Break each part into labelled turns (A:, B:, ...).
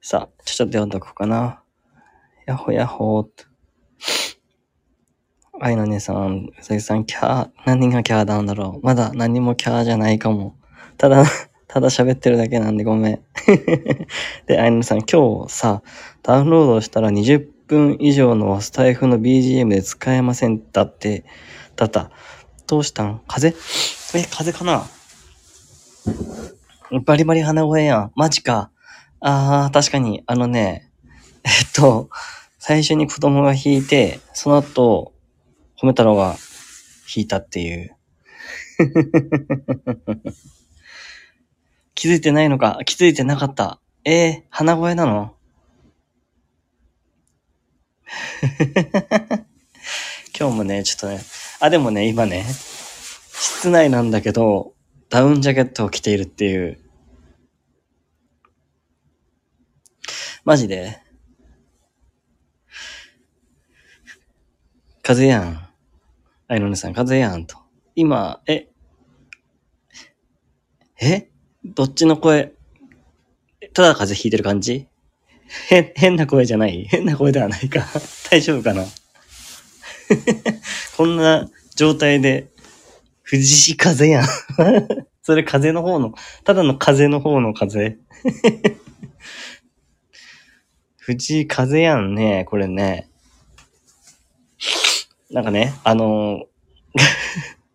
A: さあ、ちょちょっと読んどこうかな。やっほやっほーっと。あいのねさん、うさぎさん、キャー、何がキャーなんだろう。まだ何もキャーじゃないかも。ただ、 ただ喋ってるだけなんでごめん。 で、あいのねさん、今日さ、ダウンロードしたら20分以上のスタイフの BGM で使えませんだって、だった。どうしたん風え、風かなバリバリ鼻声やん。マジか。あー、確かに、あのね、えっと、最初に子供が弾いて、その後、褒め太郎が弾いたっていう。 気づいてないのか気づいてなかった。えー、鼻声なの 今日もね、ちょっとね、あ、でもね、今ね、室内なんだけど、ダウンジャケットを着ているっていう。マジで風邪やん。アイロネさん、風邪やんと。今、え、えどっちの声えただ風邪ひいてる感じへ、変な声じゃない変な声ではないか。 大丈夫かなこんな状態で、藤士風やん。 それ風の方の、ただの風の方の風。藤井風やんね、これね。なんかね、あのー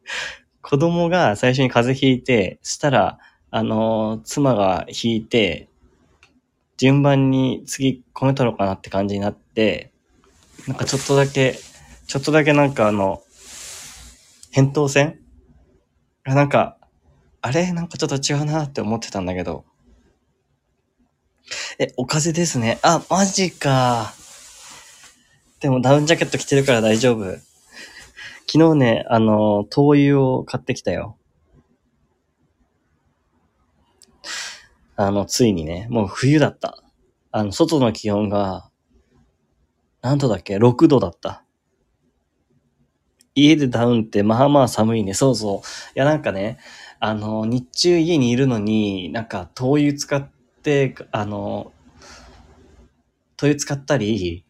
A: 子供が最初に風邪ひいて、したら、あのー妻がひいて、順番に次、米太郎かなって感じになって、なんかちょっとだけ、ちょっとだけなんかあの、扁桃腺あなんか、あれなんかちょっと違うなって思ってたんだけど。え、お風邪ですね。あ、マジか。でもダウンジャケット着てるから大丈夫。昨日ね、あの、灯油を買ってきたよ。あの、ついにね、もう冬だった。あの、外の気温が、何度だっけ ?6 度だった。家でダウンってまあまあ寒いね。そうそう。いや、なんかね、あの、日中家にいるのに、なんか、灯油使って、あの、灯油使ったり、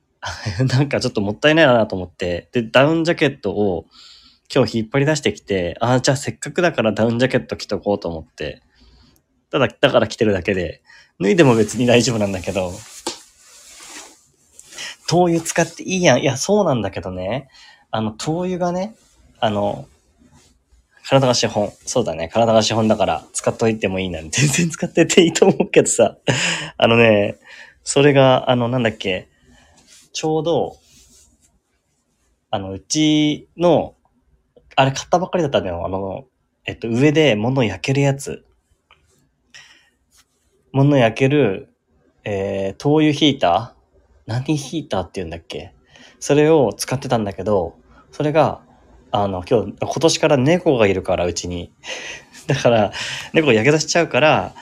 A: なんかちょっともったいないなと思って、で、ダウンジャケットを今日引っ張り出してきて、ああ、じゃあせっかくだからダウンジャケット着とこうと思って、ただ、だから着てるだけで、脱いでも別に大丈夫なんだけど、灯油使っていいやん。いや、そうなんだけどね、あの、灯油がね、あの、体が資本。そうだね。体が資本だから使っといてもいいなんて全 然使ってていいと思うけどさ。あのね、それが、あの、なんだっけ、ちょうど、あの、うちの、あれ買ったばっかりだったんだよ。あの、えっと、上で物焼けるやつ。物焼ける、えー、灯油ヒーター何ヒーターって言うんだっけそれを使ってたんだけど、それが、あの、今日、今年から猫がいるから、うちに。 だから、猫がやけどしちゃうから、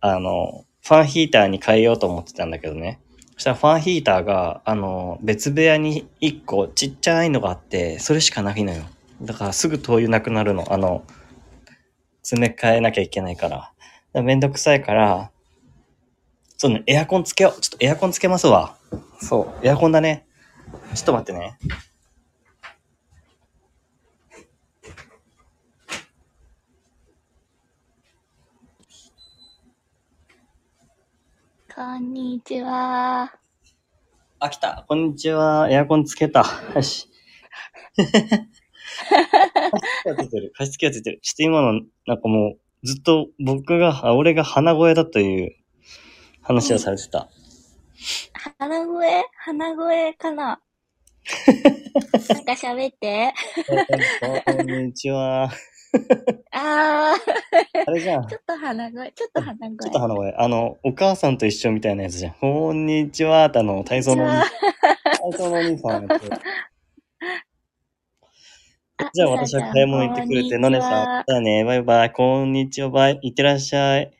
A: あの、ファンヒーターに変えようと思ってたんだけどね。そしたらファンヒーターが、あの、別部屋に1個ちっちゃいのがあって、それしかないのよ。だからすぐ灯油なくなるの。あの、詰め替えなきゃいけないから。だからめんどくさいから、そうね、エアコンつけよう。ちょっとエアコンつけますわ。そう、エアコンだね。ちょっと待ってね。
B: こんにちは。
A: あ、来た。こんにちは。エアコンつけた。よし。 加湿器がついてる。加湿器がついてる。ちょっと今の、なんかもう、ずっと僕が、あ俺が鼻声だという話をされてた。
B: 鼻声鼻声 かななんか喋って。
A: こんにちは。
B: あー、
A: あれじゃん。
B: ち
A: ち
B: ょっと鼻声、ちょっと鼻声。
A: ょっと鼻声。あの、お母さんと一緒みたいなやつじゃん。こんにちはってあの、体操のお 兄、体操のお兄さんやってる。
B: あ
A: じゃあ私は買い物行ってくれて、のねさん。。じゃあね、バイバイ。こんにちは、バイ。いってらっしゃい。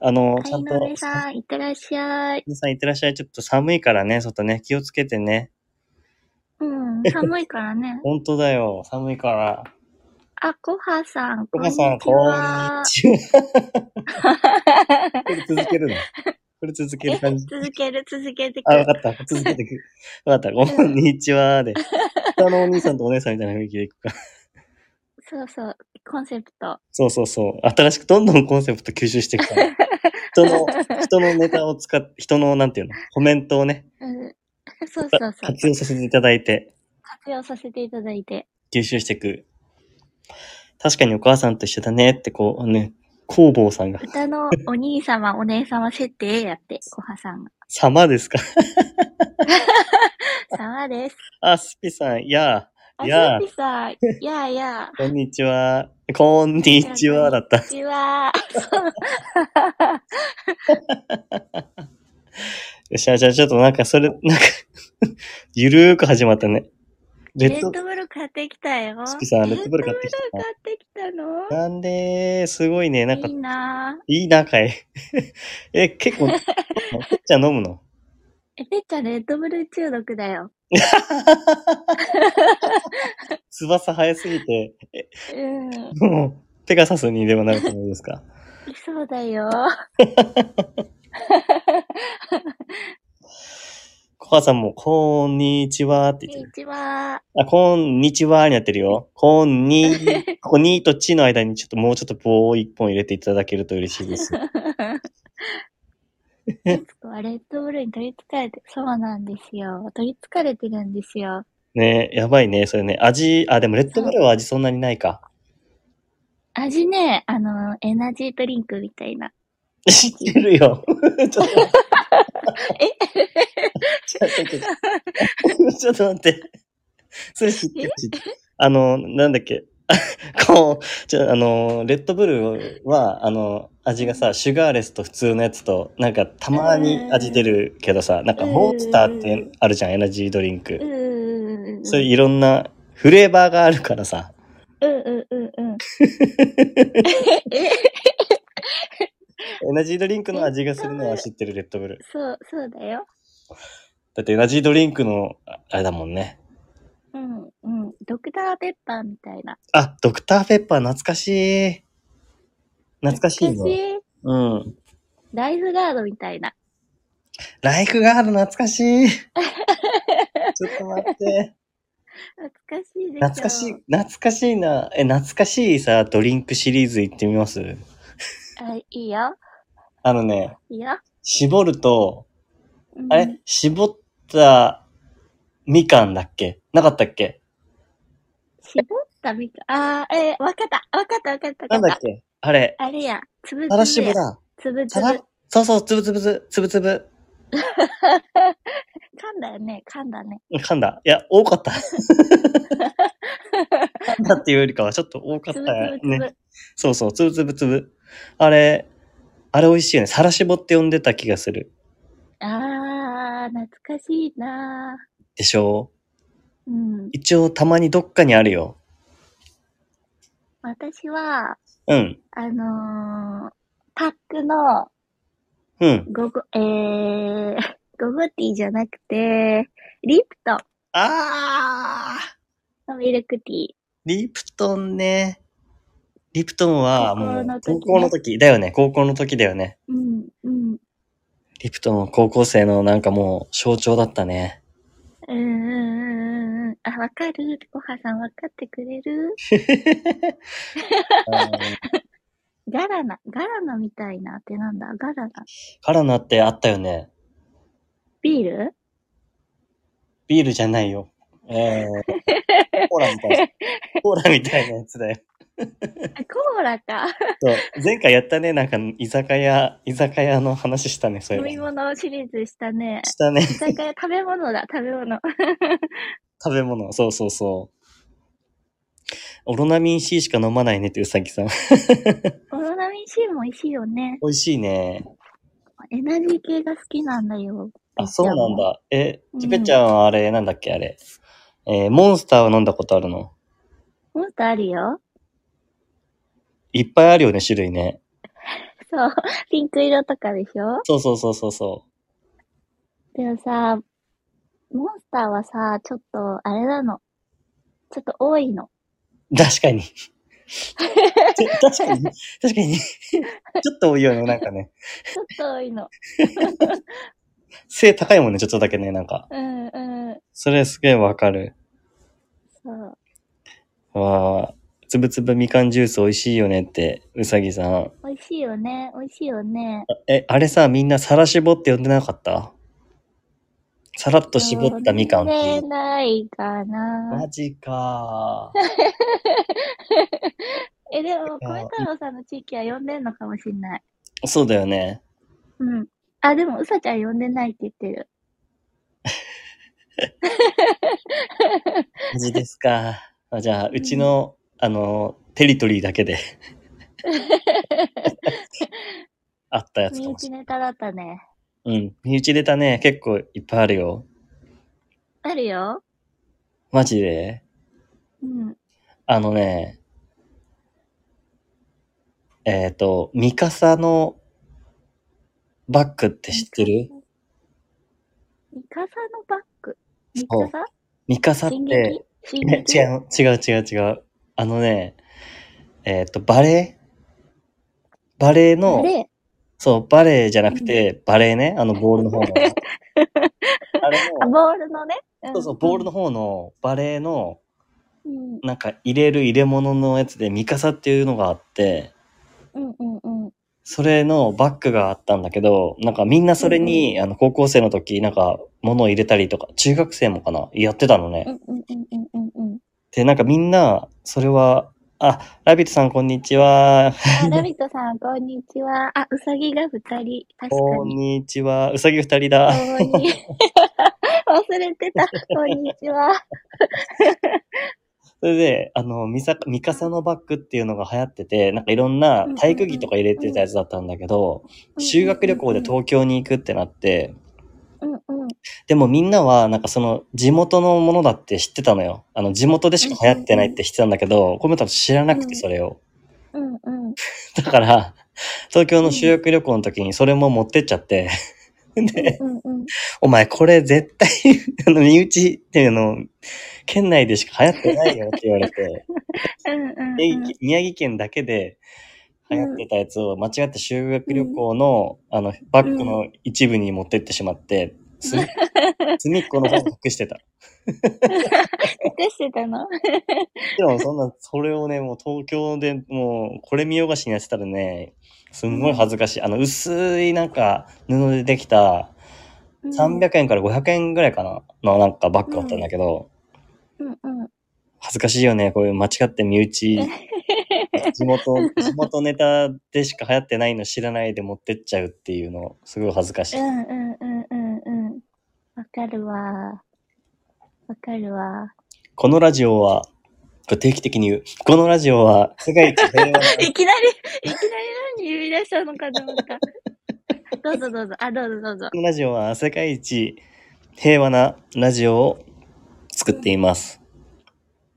A: あの、
B: ち
A: ち
B: ゃ
A: ゃ
B: ん
A: ん
B: と。の
A: と
B: ね、さん、いってらっしゃい。
A: 皆さんいってらっしゃい。ちょっと寒いからね、外ね、気をつけてね。。
B: うん、寒いからね
A: 本当だよ、寒いから。
B: あ、コハさん、
A: お母さん、
B: こ
A: こん
B: んにちは
A: にちは。これ続けるの。これ続け
B: え
A: る感じ。
B: 続ける、続けてく
A: あ、わかった。続けてく。わかった。こんにちは。で、下のお兄さんとお姉さんみたいな雰囲気でいくか。
B: そうそう、コンセプト。
A: そうそうそう。新しくどんどんコンセプト吸収していくから。人 の、人のネタを使って、人の、なんていうの、コメントをね、
B: うん、 そうそうそう。
A: 活用させていただいて、
B: 活用させていただいて。
A: 吸収していく。確かにお母さんと一緒だねって、こうね、工房さんが、
B: 歌のお兄様、お姉様設定やって、コハさんが。
A: 様ですか
B: 沢です。
A: あ、スピさん、や
B: あ、
A: いやー
B: スーピーさん、やあやあ。
A: あ、こんにちは。こんにちは、だった
B: こ。んにちは。
A: よし、じゃあちょっとなんかそれ、なんか、 ゆるーく始まったね。レ
B: レ
A: ッ
B: ッ
A: ド、
B: ドブル買ってきたよ。
A: スピさんレッドブル買ってきた
B: レッドブル買ってきたの
A: なんでー、すごいね、なんか
B: いい、なぁ。
A: いいな、かい。 え、結構、ふっちゃん飲むの
B: え、てっちゃんレッドブル中毒だよ。
A: 翼早すぎて、
B: うん。
A: もう、ペガサスにでもなると思うんですか。
B: そうだよ。
A: コアさんも、こんにちはって
B: こん
A: 言って
B: に
A: る。
B: ちは。
A: あ、こんにちはになってるよ。こんに、ここにとちの間にちょっともうちょっと棒を一本入れていただけると嬉しいです。
B: レッドブルに取り憑かれて、そうなんですよ。取り憑かれてるんですよ。
A: ねやばいね、それね。味、あ、でもレッドブルは味そんなにないか。
B: 味ね、あの、エナジードリンクみたいな。
A: 知ってる よ。ちょっと。えちょっと待って。それ知ってる知ってるあの、なんだっけ。 こう、ちょ、あの、レッドブルは、あの、味がさ、シュガーレスと普通のやつと、なんかたまに味出るけどさ、なんかモンスターってあるじゃん、エナジードリン
B: う
A: ク。
B: ーん。
A: そういういろんなフレーバーがあるからさ。
B: うんうんうんうん。え、
A: エナジードリンクの味がするのは知ってる、レッドブル。
B: そう、そうだよ。
A: だってエナジードリンクの、ああれだもんね。
B: うんうん。ドクターペッパーみたいな。
A: あ、ドクターペッパー懐かしい。懐かしい
B: 懐
A: ね。
B: かしい
A: うん。
B: ライフガードみたいな。
A: ライフガード懐かしい。 ちょっと待って。
B: 懐かしいでしょ。
A: 懐かしい、懐かしいな。え、懐かしいさ、ドリンクシリーズ行ってみます
B: あ、いいよ。
A: あのね、
B: いいよ。
A: 絞ると、
B: うん
A: あれ絞ったみかんだっけなかったっけ
B: 絞ったみたい。あー、えー、わかった。わかったわかったわ
A: な
B: かっ。
A: んだったけあれ、
B: あれや。つぶつぶ
A: た
B: や。
A: らしぶだ。
B: つぶつ
A: た
B: ぶ。
A: ら、そうそう、つぶつぶつ、つぶつぶ。
B: 噛んだよね、噛んだね。
A: 噛んだ。いや、多かった。噛んだっていうよりかは、ちょっと多かっ
B: つ
A: た
B: ぶつぶつぶ。
A: ね。そうそう、つぶつぶつぶ。あれ、あれ美味しいよね。サラシボって呼んでた気がする。
B: あー、懐かしいな
A: でしょ
B: ーうん。
A: 一応、たまにどっかにあるよ。
B: 私は、
A: うん。
B: あのー、パックの
A: うん。
B: ゴゴ、えー、ゴゴティーじゃなくて、リプトン
A: あー
B: のミルクティー。
A: リプトンね。リプトンは、もう、
B: 高校の
A: 高校の
B: 時ね
A: 時だよね。高校の時だよね。
B: うん、うん、
A: リプトン、高校生のなんかもう、象徴だったね。
B: うん、うんうん、うん。あ、わかるごはさんわかってくれる
A: あの
B: ガラナ、ガラナみたいなってなんだガラナ。
A: カラナってあったよね。
B: ビール
A: ビールじゃないよ。 えー、コーラみたいな。コーラみたいなやつだよ。
B: あコーラか。
A: そう。前回やったね、なんか、居酒屋、居酒屋の話したね、そう
B: 飲
A: い
B: み
A: うの。
B: 物シリーズしたね。
A: したね
B: 居、酒屋食べ物だ、食べ物。
A: 食べ物。そうそうそう。オロナミン C しか飲まないねってうさぎ さん。
B: オロナミン C も美味しいよね。
A: 美味しいね。
B: エナジー系が好きなんだよ。
A: あ、そうなんだ。え、
B: うん
A: ちぺちゃんはあれ、なんだっけ、あれ。えーモンスターは飲んだことあるの
B: もっとあるよ。
A: いっぱいあるよね、種類ね。
B: そう。ピンク色とかでしょ
A: そうそうそうそうそ
B: でもさ、モンスターはさ、ちょっと、あれなの。ちょっと多いの。
A: う。確かに。て確かに、確かに、ちょっと多いよね、なんかね。
B: ちょっと多いの。
A: 背高いもんね、ちょっとだけね、なんか。
B: うんうん。
A: それすげえわかる。
B: そう。
A: わあ、つぶつぶみかんジュース美味しいよねって、うさぎさん。
B: 美味しいよね。美味しいよね。
A: え、あれさ、みんなさらしぼって呼んでなかったさらっと絞ったみかんっ
B: 呼
A: てい
B: べ
A: う。
B: ないかな
A: マ。ジか
B: え、でも、米太郎さんの地域は呼んでんのかもしんない。
A: ー。そうだよね。
B: うん。あ、でも、うさちゃん呼んでないって言ってる。
A: マジですか。あじゃあ、うちの、あの、テリトリーだけ で。あったやつ
B: 身
A: かもし
B: 内
A: れ
B: ネタだったね。
A: ない。うん。身内出たね。結構いっぱいあるよ。
B: あるよ。
A: マジで。
B: うん。
A: あのね、えっ、と、ミカサのバッグって知ってる
B: ミカサのバッグ。ミ
A: そう
B: カサ
A: ミカサっ
B: 進
A: て
B: 撃、進
A: ね
B: 撃
A: 違う、違う、違う、違う。あのね、えっ、と、バレーバレーの、
B: で、
A: そう、バレーじゃなくて、バレーね、あのボールの 方の。あれ
B: あ、
A: の、
B: ボールのね。ん
A: そうそう、ボールの。方のバレーの、
B: うん。
A: なんか入れる入れ物のやつで、ミカサっていうのがあって、
B: うんうんうん。
A: それのバッグがあったんだけど、なんかみんなそれに、あの、高校生の時、なんか物を入れたりとか、中学生もかな、やってたのね。
B: うんうんうんうんうんうん。
A: で、なんかみんな、それは、あ、ラビットさんこんにちは。
B: あ、ラビットさん、こんにちは。あ、うさぎが二人。確か
A: こん
B: に。
A: にちは。うさぎ二人だ。
B: こんに 忘れてた。こんにちは。
A: それで、あの、ミサ、ミカサのバッグっていうのが流行ってて、なんかいろんな体育着とか入れてたやつだったんだけど、 修学旅行で東京に行くってなって、
B: うんうん。
A: でもみんなはなんかその地元のものだって知ってたのよ。あの、地元でしか流行ってないって知ってたんだけど、コメ太郎知らなく
B: うん
A: てそれを。
B: うんうん。
A: だから、東京の修学旅行の時にそれも持ってっちゃって、で、
B: うんうん。
A: お前これ絶対、あの、身内っていうの、県内でしか流行ってないよって言われて、
B: うんうん
A: 宮
B: うん
A: 城。宮城県だけで流行ってたやつを間違って修学旅行の、あの、バッグの一部に持ってってしまって、す隅っこの方に隠してた。
B: 出してたの
A: でもそんな、それをね、もう東京でもう、これ見よがしにやってたらね、すんごい恥ずかしい。あの、薄いなんか、布でできた、300円から500円ぐらいかなのなんかバッグだったんだけど、
B: うんうん。
A: 恥ずかしいよね。こういう間違って身 内、地元、地元ネタでしか流行ってないの知らないで持ってっちゃうっていうの、すごい恥ずかしい。
B: うんうんうんうんうん。わかるわ。わかるわ。
A: このラジオは、これ定期的に言う。このラジオは、世界一平 和な
B: いきなり、いきなり何言い出したのかと思 った。どうぞどうぞ。あ、どうぞどうぞ。
A: このラジオは世界一平和なラジオを作っています。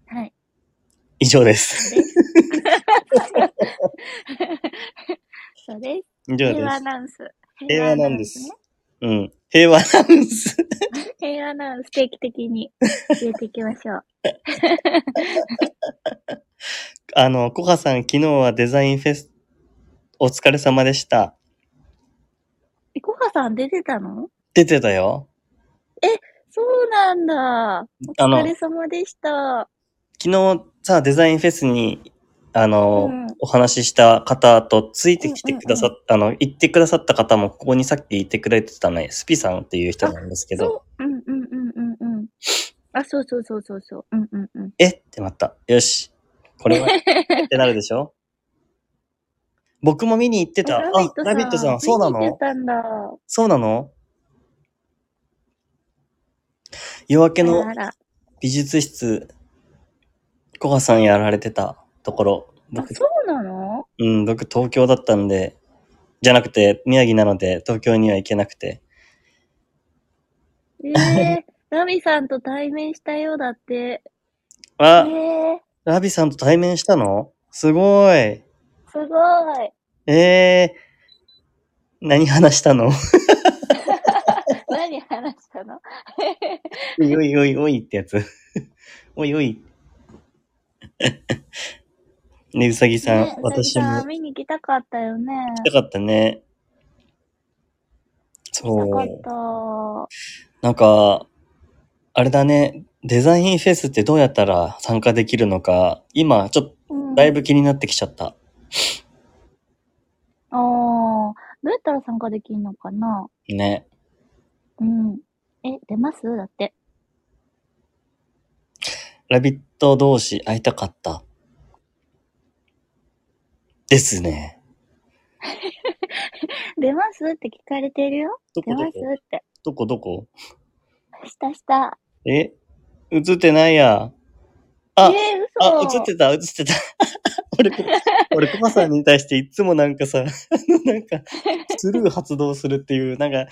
B: はい。
A: 以上です。
B: そうです。
A: 以上で
B: 平和ア
A: す。
B: ナウンス。
A: 平和なんです
B: ね。
A: うん。平和なんです。
B: 平和アナウンス定期的に入れていきましょう。
A: あの、コハさん、昨日はデザインフェス、お疲れ様でした。
B: え、コハさん出てたの
A: 出てたよ。
B: そうなんだ。
A: あ
B: お疲
A: の、
B: れ様でした。
A: 昨日さ、デザインフェスに、あの、
B: うん
A: お話しした方とついてきてくださった、あの、行ってくださった方もここにさっきいてくれてたね、スピさんっていう人なんですけど、
B: そう。うんうんうんうんうん。あ、そうそうそうそうそう。うんうんうん。
A: えってなった。よし。こ れは、ってなるでしょ僕も見に行ってた。あ、ラビットさん、そうな
B: 見に行っ
A: の
B: てたんだ。
A: そうなの夜明けの
B: あらあら
A: 美術室、コハさんやられてたところ、
B: あ
A: 僕、
B: そうなの
A: うん、僕東京だったんで、じゃなくて、宮城なので東京には行けなくて。
B: ええ ラミさんと対面したようだって。え
A: あ、
B: え
A: ラビさんと対面したのすごい。
B: すごい。
A: えー、何話したの
B: 何話したの
A: おいおい おいおいってやつ。おいおい。 ね、うさぎさん、
B: ねうさぎ
A: 私
B: さん
A: も
B: 見に行きたかったよね。
A: 行きたかったね。そ
B: 行
A: う
B: き。たかっ
A: なんか、あれだね、デザインフェスってどうやったら参加できるのか、今、ちょっと
B: た。うん、
A: だいぶ気になってきちゃった。
B: ああ、どうやったら参加できるのかな
A: ね。
B: うん。え、出ますだって。
A: ラビット同士会いたかった。ですね。
B: 出ますって聞かれてるよ。
A: ど
B: 出
A: こ
B: ま
A: ど
B: す
A: こ
B: って。
A: どこどこ
B: したした。
A: え映ってないや。
B: え
A: あ、あ、
B: ー、嘘。
A: 映ってた、映ってた。 俺、俺、コマさんに対していつもなんかさ、 あのなんか、スルー発動するっていう、なんか、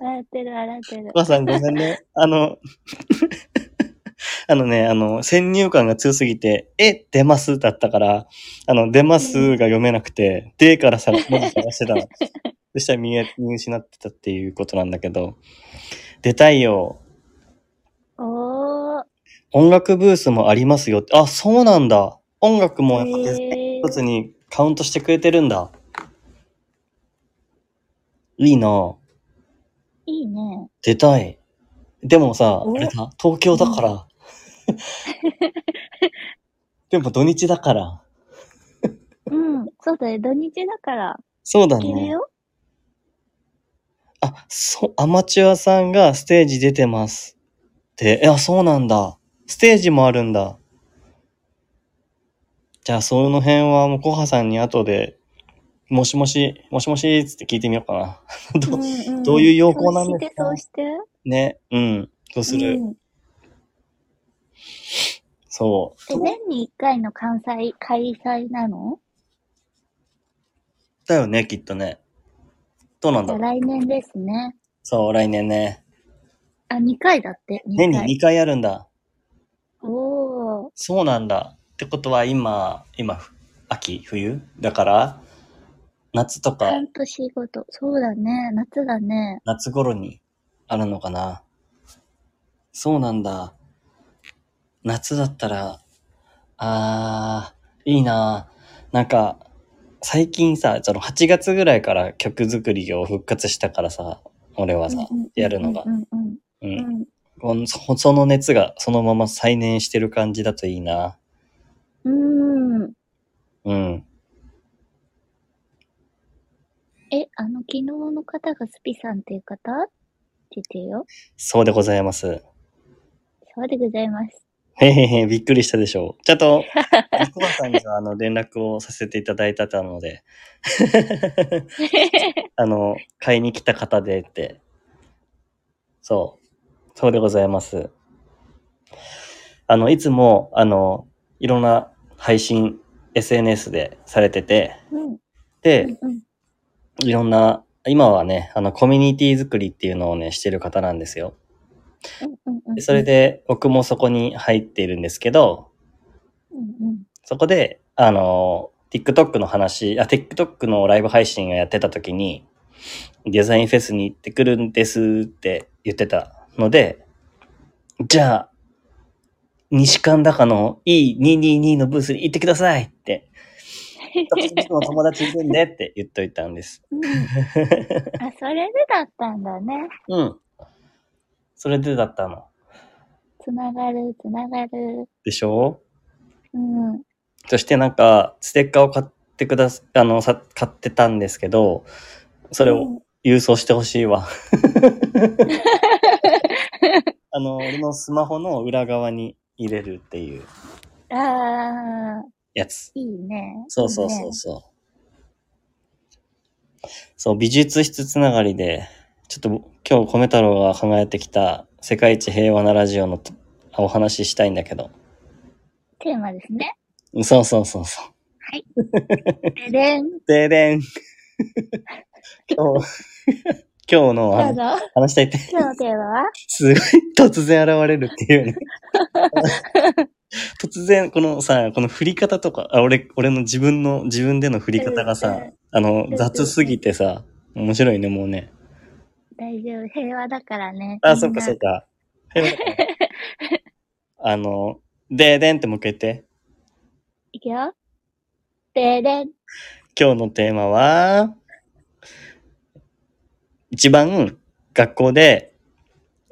B: 笑ってる、笑ってる
A: コ。マさんごめんね。あの、 あのね、あの、先入観が強すぎて、え、出ますだったから、あの、出ますが読めなくて、でからさ、文字探してたの。そしたら見え、見失ってたっていうことなんだけど、出たいよ。
B: おー。
A: 音楽ブースもありますよって。あ、そうなんだ。音楽もやっぱデザイン
B: え
A: 一つにカウントしてくれてるんだ。いいな
B: ー、いいね。
A: 出たい。でもさ、あ
B: お
A: れだ、東京だ から。でも土日だから。
B: うん、そうだよ。土日だから、
A: そうだ
B: 行ける
A: ね。
B: よ。
A: あ、そう、アマチュアさんがステージ出てます。で、いや、そうなんだ。ステージもあるんだ。じゃあ、その辺はもう、コハさんに後で、もしもし、もしもしっつって聞いてみようかな。 ど
B: んん
A: どういう要項なんですか
B: そうして、
A: ね、うん。そう
B: そ
A: す
B: うして。
A: る。
B: うん
A: そう。
B: え、年に一回の関西開催なの
A: だよね、きっとね。どうなん
B: じ
A: だ
B: ゃあ
A: ろう。
B: 来年ですね。
A: そう、来年ね。
B: あ、二回だって。二
A: 年
B: 回。
A: に2回あるんだ。
B: おー。
A: そうなんだ。ってことは今、今、ふ秋、冬だから、夏とか、
B: 半年ごと。そうだね。夏だね。
A: 夏頃にあるのかな。そうなんだ。夏だったら、あー、いいななんか、最近さ、その8月ぐらいから曲作りを復活したからさ、俺はさ、やるのが
B: う。んうん
A: う
B: うんん。うん
A: このそその熱がそのまま再燃してる感じだといいな。
B: うん。うん
A: うん。
B: え、あの、昨日の方がスピさんっていう方って言ってよ。
A: そうでございます。
B: そうでございます。
A: へへへ、びっくりしたでしょう。ちょっと、コバさんにはあの連絡をさせていただいたので、あの、買いに来た方でって。そう。そうでございます。あの、いつも、あの、いろんな配信、SNS でされてて、
B: うん。
A: で、
B: うんうん。
A: いろんな、今はね、あの、コミュニティ作りっていうのをね、してる方なんですよ。
B: うんうんう
A: で
B: ん。
A: それ。で、僕もそこに入っているんですけど、
B: うんうん。
A: そこで、あの、TikTok の話、あ、TikTok のライブ配信をやってた時に、デザインフェスに行ってくるんですって言ってたので、じゃあ、西館高の E222 のブースに行ってくださいって、私いつも友達いるんでって言っといたんです。
B: うん、あ、それでだったんだね。
A: うん。それでだったの。
B: つながる、つながる。
A: でしょ
B: うん。
A: そしてなんか、ステッカーを買ってくだす、あの、さ、買ってたんですけど、それを郵送してほしいわ。あの、俺のスマホの裏側に入れるっていう
B: うん。ああ、
A: やつ。
B: いいね。
A: そうそうそうそう。そう、美術室つながりで、ちょっと今日米太郎が考えてきた世界一平和なラジオのとお話ししたいんだけど。
B: いいね。テーマですね。
A: そうそうそうそう。
B: ででん。
A: ででん。今日、今日の
B: 今日
A: あの
B: の、
A: 話したいって、
B: 今日のテーマは
A: すごい突然現れるっていうね。 突然、このさ、この振り方とか、あ俺、俺の自分の、自分での振り方が
B: う
A: さ
B: んうん、
A: あの、雑すぎてさ、面白いね、もうね。
B: 大丈夫。平和だからね。
A: あ、
B: みん
A: そっか
B: な
A: そっか。あの、でーでんってもう一回言って。
B: いくよ。ででん。
A: 今日のテーマは、一番学校で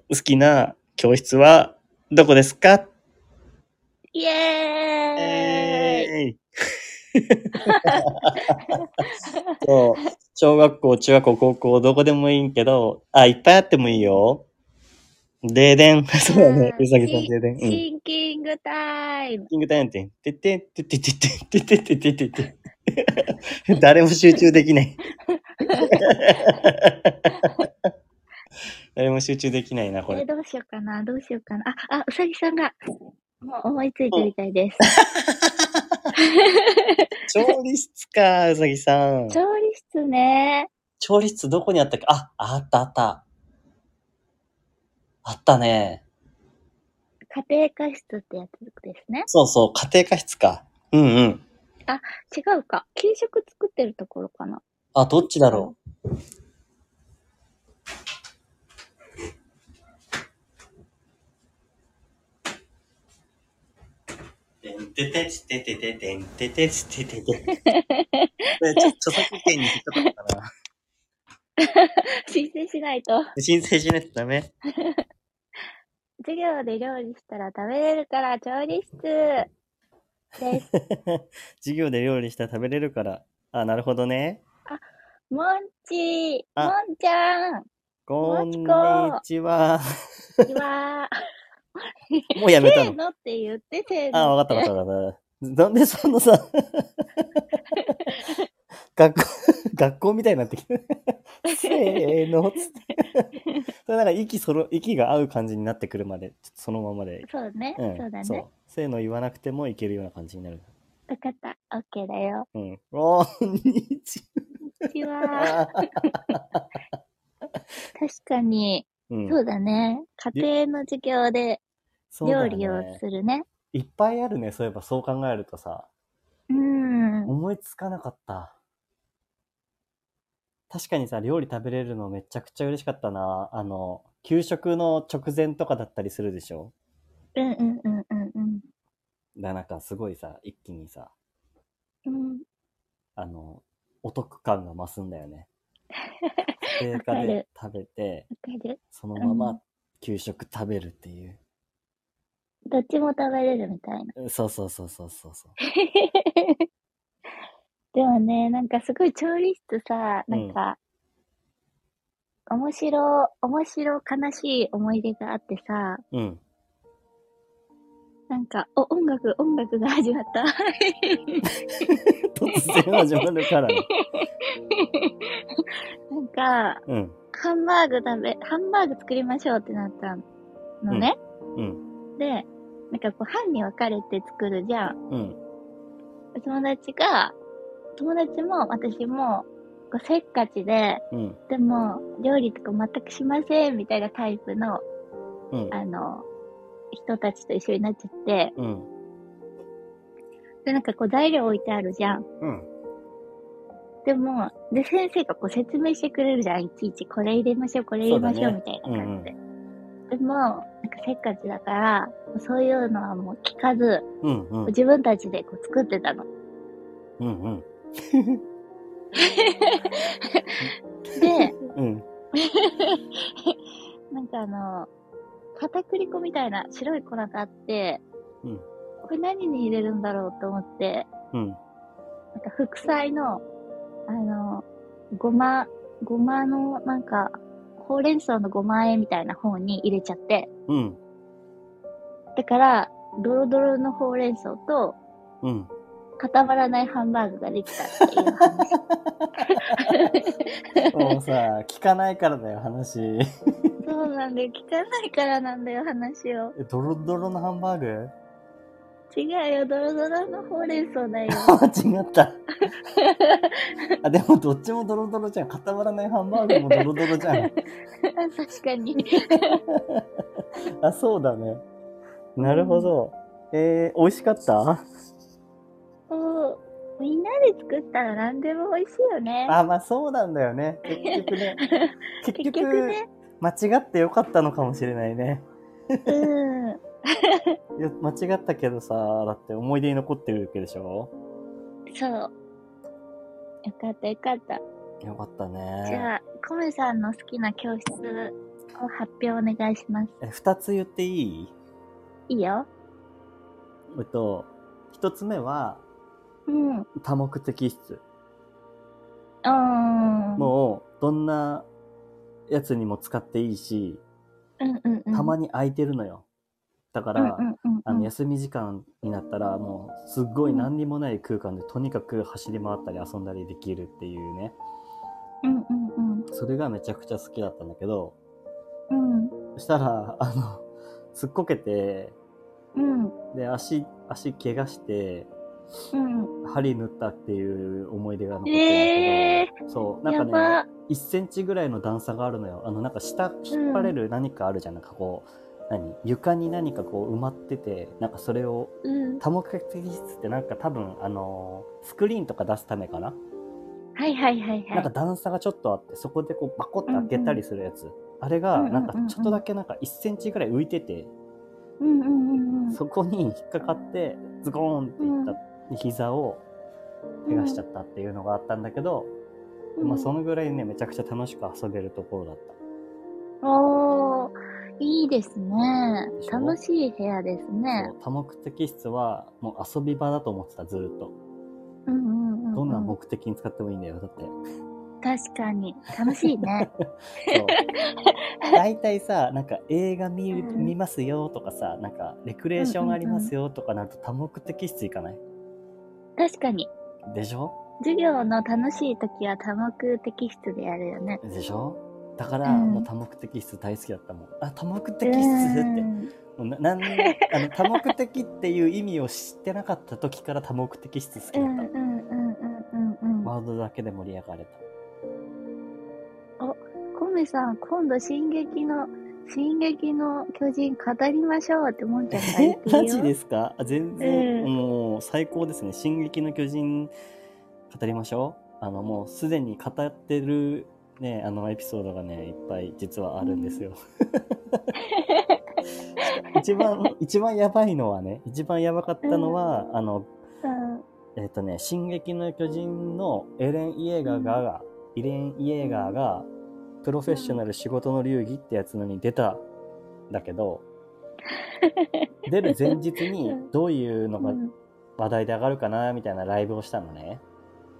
A: 好きな教室はどこですか
B: イエーイ
A: イエーイそう小学校、中学校、高校、どこでもいいんけど、あ、いっぱいあってもいいよ。ででん。そうだね。うさぎさん、
B: シ
A: ででん。うん。シン
B: シンキングタイム。
A: キングタイムって、てててててててててててて。誰も集中できない。誰も集中できないな、こ
B: え、
A: れ。
B: どうしようかな、どうしようかな。あ、あ、うさぎさんが、もう思いついてみたいです。
A: 調理室か、うさぎさん。
B: 調理室ね。
A: 調理室どこにあったっけあ、あったあった。あったね。
B: 家庭科室ってやつですね。
A: そうそう、家庭科室か。うんうん。
B: 違うか。給食作ってるところかな。
A: あ、どっちだろう。てんててつててててんててつててて。こ れ、ちょ著作権に引っかかった かな。
B: 申請しないと。
A: 申請しないとダメ。
B: 授業で料理したら食べれるから調理 室です。
A: 授業で料理したら食べれるから。あ、なるほどね。
B: もんちー、
A: あ
B: もんちゃん、
A: こん
B: マ
A: に
B: チコ
A: ちは。
B: うわー。
A: もうやめた
B: せー
A: の。
B: のって言って、せーの。
A: あ、わかったわかったわかった。なんでそのさ、学校、学校みたいになってきて。せーのっつって。それなんか息そろ、息が合う感じになってくるまで、ちょっとそのままで。
B: そうね、
A: うん、
B: そうだね。
A: せーの言わなくてもいけるような感じになる。
B: わかった。オッケーだよ。
A: うん。こんにち
B: こんにち は。
A: は。
B: 確かに、
A: うん
B: そうだね。家庭の授業で
A: そうだよ
B: 料理を
A: ね
B: するね。
A: いっぱいあるね、そういえばそう考えるとさ。
B: うん。
A: 思いつかなかった。確かにさ、料理食べれるのめちゃくちゃ嬉しかったな。あの、給食の直前とかだったりするでしょ
B: うんうんうんうんうん。
A: だなんかすごいさ、一気にさ、
B: うん、
A: あの、お得感が増すんだよね。家庭科
B: わか
A: で
B: る
A: 食べて、
B: わかる
A: そのま
B: う
A: ま
B: ん
A: 給食食べるっていう。
B: どっちも食べれるみたいな。
A: そうそうそうそうそうそう。
B: でもね、なんかすごい調理室さ、
A: う
B: なんんか、面白、面白悲しい思い出があってさ、
A: うん。
B: なんか、お、音楽、音楽が始まった。
A: 突然始まるからね。
B: なんか、
A: うん。
B: ハンバーグ食べ、ハンバーグ作りましょうってなったのね。
A: うん。
B: で、なんかこう、班に分かれて作るじゃん。
A: うん。
B: 友達が、友達も私も、こう、せっかちで、
A: うん。
B: でも、料理とか全くしませんみたいなタイプの、
A: うん。
B: あの、人たちと一緒になっちゃって、
A: うん。
B: で、なんかこう材料置いてあるじゃん。
A: うん。
B: でも、で、先生がこう説明してくれるじゃん。いちいちこれ入れましょう、これ入れましょう、
A: そうだね
B: みたいな感じで。でも、なんかせっかちだから、そういうのはもう聞かず、
A: うん。うん。
B: 自分たちでこう作ってたの。
A: うん。うん。
B: で、
A: うん。
B: なんかあの、片栗粉みたいな白い粉があって、
A: うん
B: これ何に入れるんだろうと思って、
A: うん。
B: なんか副菜の、あの、ごま、ごまの、なんか、ほうれん草のごま和えみたいな方に入れちゃって、
A: うん。
B: だから、ドロドロのほうれん草と、
A: うん。
B: 固まらないハンバーグができたっていう 話。
A: もうさ、聞かないからだよ、話。え、
B: そうなんだよ。聞かないからなんだよ、話を。
A: ドロドロのハンバーグ
B: 違うよ、ドロドロのほうれん草 だよ。
A: あ、違 った。あ、でもどっちもドロドロじゃん。固まらないハンバーグもドロドロじゃん。
B: 確かに。
A: あ、そうだね。なるほど。えー、美味しかった
B: こう、みんなで作ったら何でも美味しいよね。
A: あ、まあそうなんだよね。結局ね。結
B: 結
A: 局、
B: 局ね。
A: 間違ってよかったのかもしれないね。
B: うん。
A: いや、間違ったけどさ、だって思い出に残ってるわけでしょ
B: そう。よかったよかった。
A: よかった
B: じ
A: ね。
B: ゃあ、コメさんの好きな教室を発表お願いします。
A: え、二つ言っていい
B: いいよ。
A: えっと、一つ目は、
B: うん。う
A: 多目的室。
B: ーん。
A: もう、どんなやつにも使っていいし、
B: うんうんうん。
A: たま
B: に
A: に空いてるのよ。だか
B: うん
A: ら
B: う、んうんうん、
A: あの、休み時間になったら、もう、すっごい何にもない空間で、とにかく走り回ったり遊んだりできるっていうね。
B: うんうん
A: それがめちゃくちゃ好きだったんだけど、
B: うん。
A: そしたら、あの、すっこけて、
B: うん。
A: で、足、足怪我して、
B: うん。
A: 針縫ったっていう思い出が残って
B: え
A: るんだけど、そう、
B: う。
A: なんん
B: や
A: かね、
B: ば。
A: 1センチぐらいの段差があるのよ。あの、なんか下、引っ張れる何かあるじゃん。なんかこう、何床に何かこう埋まってて、なんかそれを、
B: うん。
A: 多目的室ってなんか多分、あのースクリーンとか出すためかな、
B: はいはいはいは
A: なん
B: い
A: か。段差がちょっとあって、そこでこう、バコッと開けたりするやつ。あれが、
B: うんうんうん
A: な
B: うんん
A: かちょっとだけなんか1センチぐらい浮いてて、
B: うんうんうんうん。
A: そこに引っかかって、ズコーンっていった、膝を怪我しちゃったっていうのがあったんだけど、
B: うん
A: まあそのぐらいね、めちゃくちゃ楽しく遊べるところだった。
B: おー、いいですね
A: でし。ょ
B: 楽しい部屋ですね
A: そ。う多目的室はもう遊び場だと思ってた、ずーっと。
B: うんうんうん。
A: どんな目的に使ってもいいんだよ、だ って。
B: 確かに。楽し いね。
A: そう。大体さ、なんか映画見る
B: うん
A: 見ますよとかさ、なんかレクレーションありますよとかなると多目的室行かない
B: 確かに。
A: でしょ
B: 授業の楽しい時は多目的室でやるよね。
A: でしょだから、
B: うん
A: もう多目的室大好きだったもん。あ、多目的
B: う
A: 室って。
B: ん
A: もうななんあの多目的っていう意味を知ってなかった時から多目的室好き
B: う
A: だっ
B: んうんうんうんうんうん。
A: ワードだけで盛り上がれた。
B: コメさん、今度進撃の、進撃の巨人語りましょうってもんちゃんが言
A: え
B: ってるよ。
A: マジですかあ全然、
B: うん
A: もう最高ですね「進撃の巨人」語りましょうあのもうすでに語ってるねあのエピソードがねいっぱい実はあるんです よ、 一番一番やばいのはね一番やばかったのは、あの
B: うん
A: えっ、とね「進撃の巨人」のエレン・イエーガーが、イレン・イエーガーが「プロフェッショナル仕事の流儀」ってやつのに出たんだけ ど出る前日にどういうの
B: う
A: が
B: ん
A: 話題で上がるかなみたいなライブをしたのね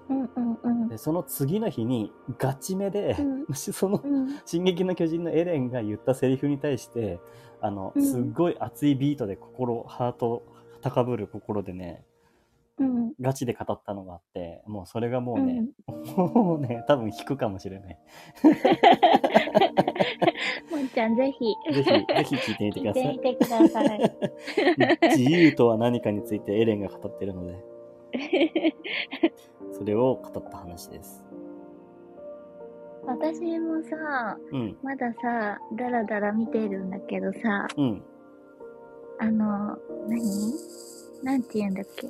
B: うんうんうん
A: でその次の日にガチ目で、
B: うん
A: も しその
B: うん
A: 「進撃の巨人」のエレンが言ったセリフに対してあの
B: うん
A: すっごい熱いビートで心ハート高ぶる心でね
B: うん
A: ガチで語ったのがあってもうそれがもう
B: う
A: ね、
B: ん。
A: もうね、多分引くかもしれ ない。
B: もんちゃんぜひ。
A: ぜひ、ぜひ聞いてみてく
B: 聞
A: だ
B: い
A: さ
B: てみてください。
A: い。自由とは何かについてエレンが語ってるので、それを語った話です。
B: 私もさ、
A: うん、
B: まださ、だらだら見てるんだけどさ、
A: うん。
B: あの、何なんて言うんだっけ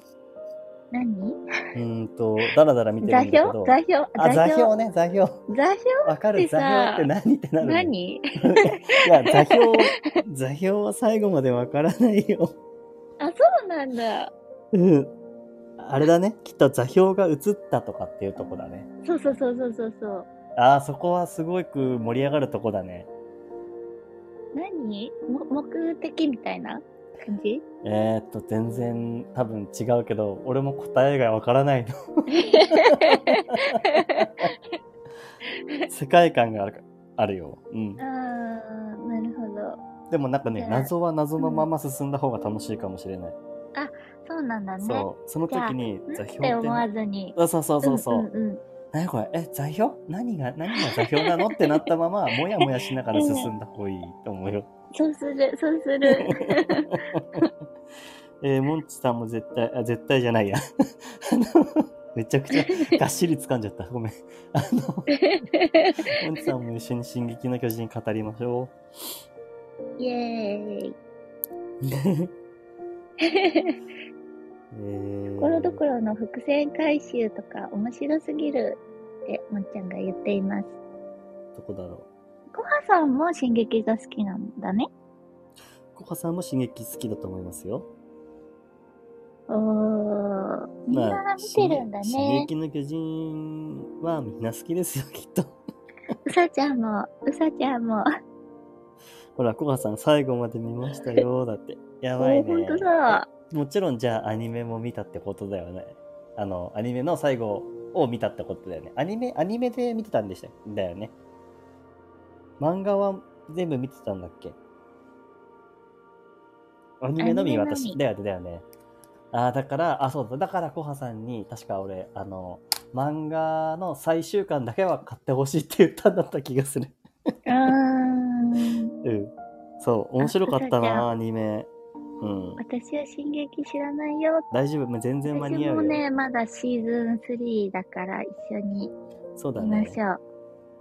B: 何
A: うーんと、だらだら見てる
B: 座
A: んだけ
B: 標
A: ど。
B: 座標
A: あ、座標
B: 座
A: ね、座標。
B: 座標
A: わかる、
B: ってさ
A: 座標って何ってなるの。い
B: 何
A: や、座標、座標は最後までわからないよ。
B: あ、そうなんだ。
A: うん。あれだね、きっと座標が映ったとかっていうとこだね。
B: そうそうそうそうそうそう。
A: ああ、そこはすごく盛り上がるとこだね。
B: 何も目的みたいな感じ
A: えー、っと、全然多分違うけど、俺も答えがわからないの。世界観があるあるよ。うん
B: あ。ー、なるほど。
A: でもなんかね
B: ね、
A: 謎は謎のまま進んだ方が楽しいかもしれない。
B: そうなんだね。
A: そう。その時に、座標
B: って
A: って
B: 思わずに。
A: あそうそうそうそう。
B: んうんうん
A: 何これえ、座標何が、何が座標なのってなったまま、もやもやしながら進んだ方がいいと思うよ。
B: そうする、そうす る。
A: えー、モンチさんも絶対、あ、絶対じゃないや。 あのめちゃく ちゃがっしり掴んじゃった。ごめん。あの、モンチさんも一緒に進撃の巨人語りましょ
B: イエーイ。
A: う。 えー
B: と ころどころの伏線回収とか面白すぎるってもっちゃんが言っています。
A: どこだろ
B: コハさんも進撃が好きなんだね。
A: う。コハさんも刺激好きだと思いますよ。
B: おー、みんな見てるんだ
A: まあ刺
B: ね。
A: 激の巨人はみんな好きですよ、きっと。
B: うさちゃんも、うさちゃんも。
A: ほら、コハさん最後まで見ましたよ、だって。やばいね。
B: おーほんとだ。
A: もちろんじゃあアニメも見たってことだよね。あの、アニメの最後を見たってことだよね。アニメ、アニメで見てたんでしただよね。漫画は全部見てたんだっけアニメのみ
B: アニメのみ
A: 私。だよね、だよね。ああ、だから、あ、そうだ。だから、コハさんに、確か俺、あの、漫画の最終巻だけは買ってほしいって言ったんだった気がする。
B: うーん。
A: うん。そう、面白かった
B: あそうだ
A: な、アニメ。うん。
B: 私は進撃知らないよ。
A: 大丈夫、もう全然間
B: 私
A: に合
B: も
A: うよ。
B: ね、まだシーズン3だから一緒に
A: そうだ
B: 見ま
A: ね
B: し。ょう。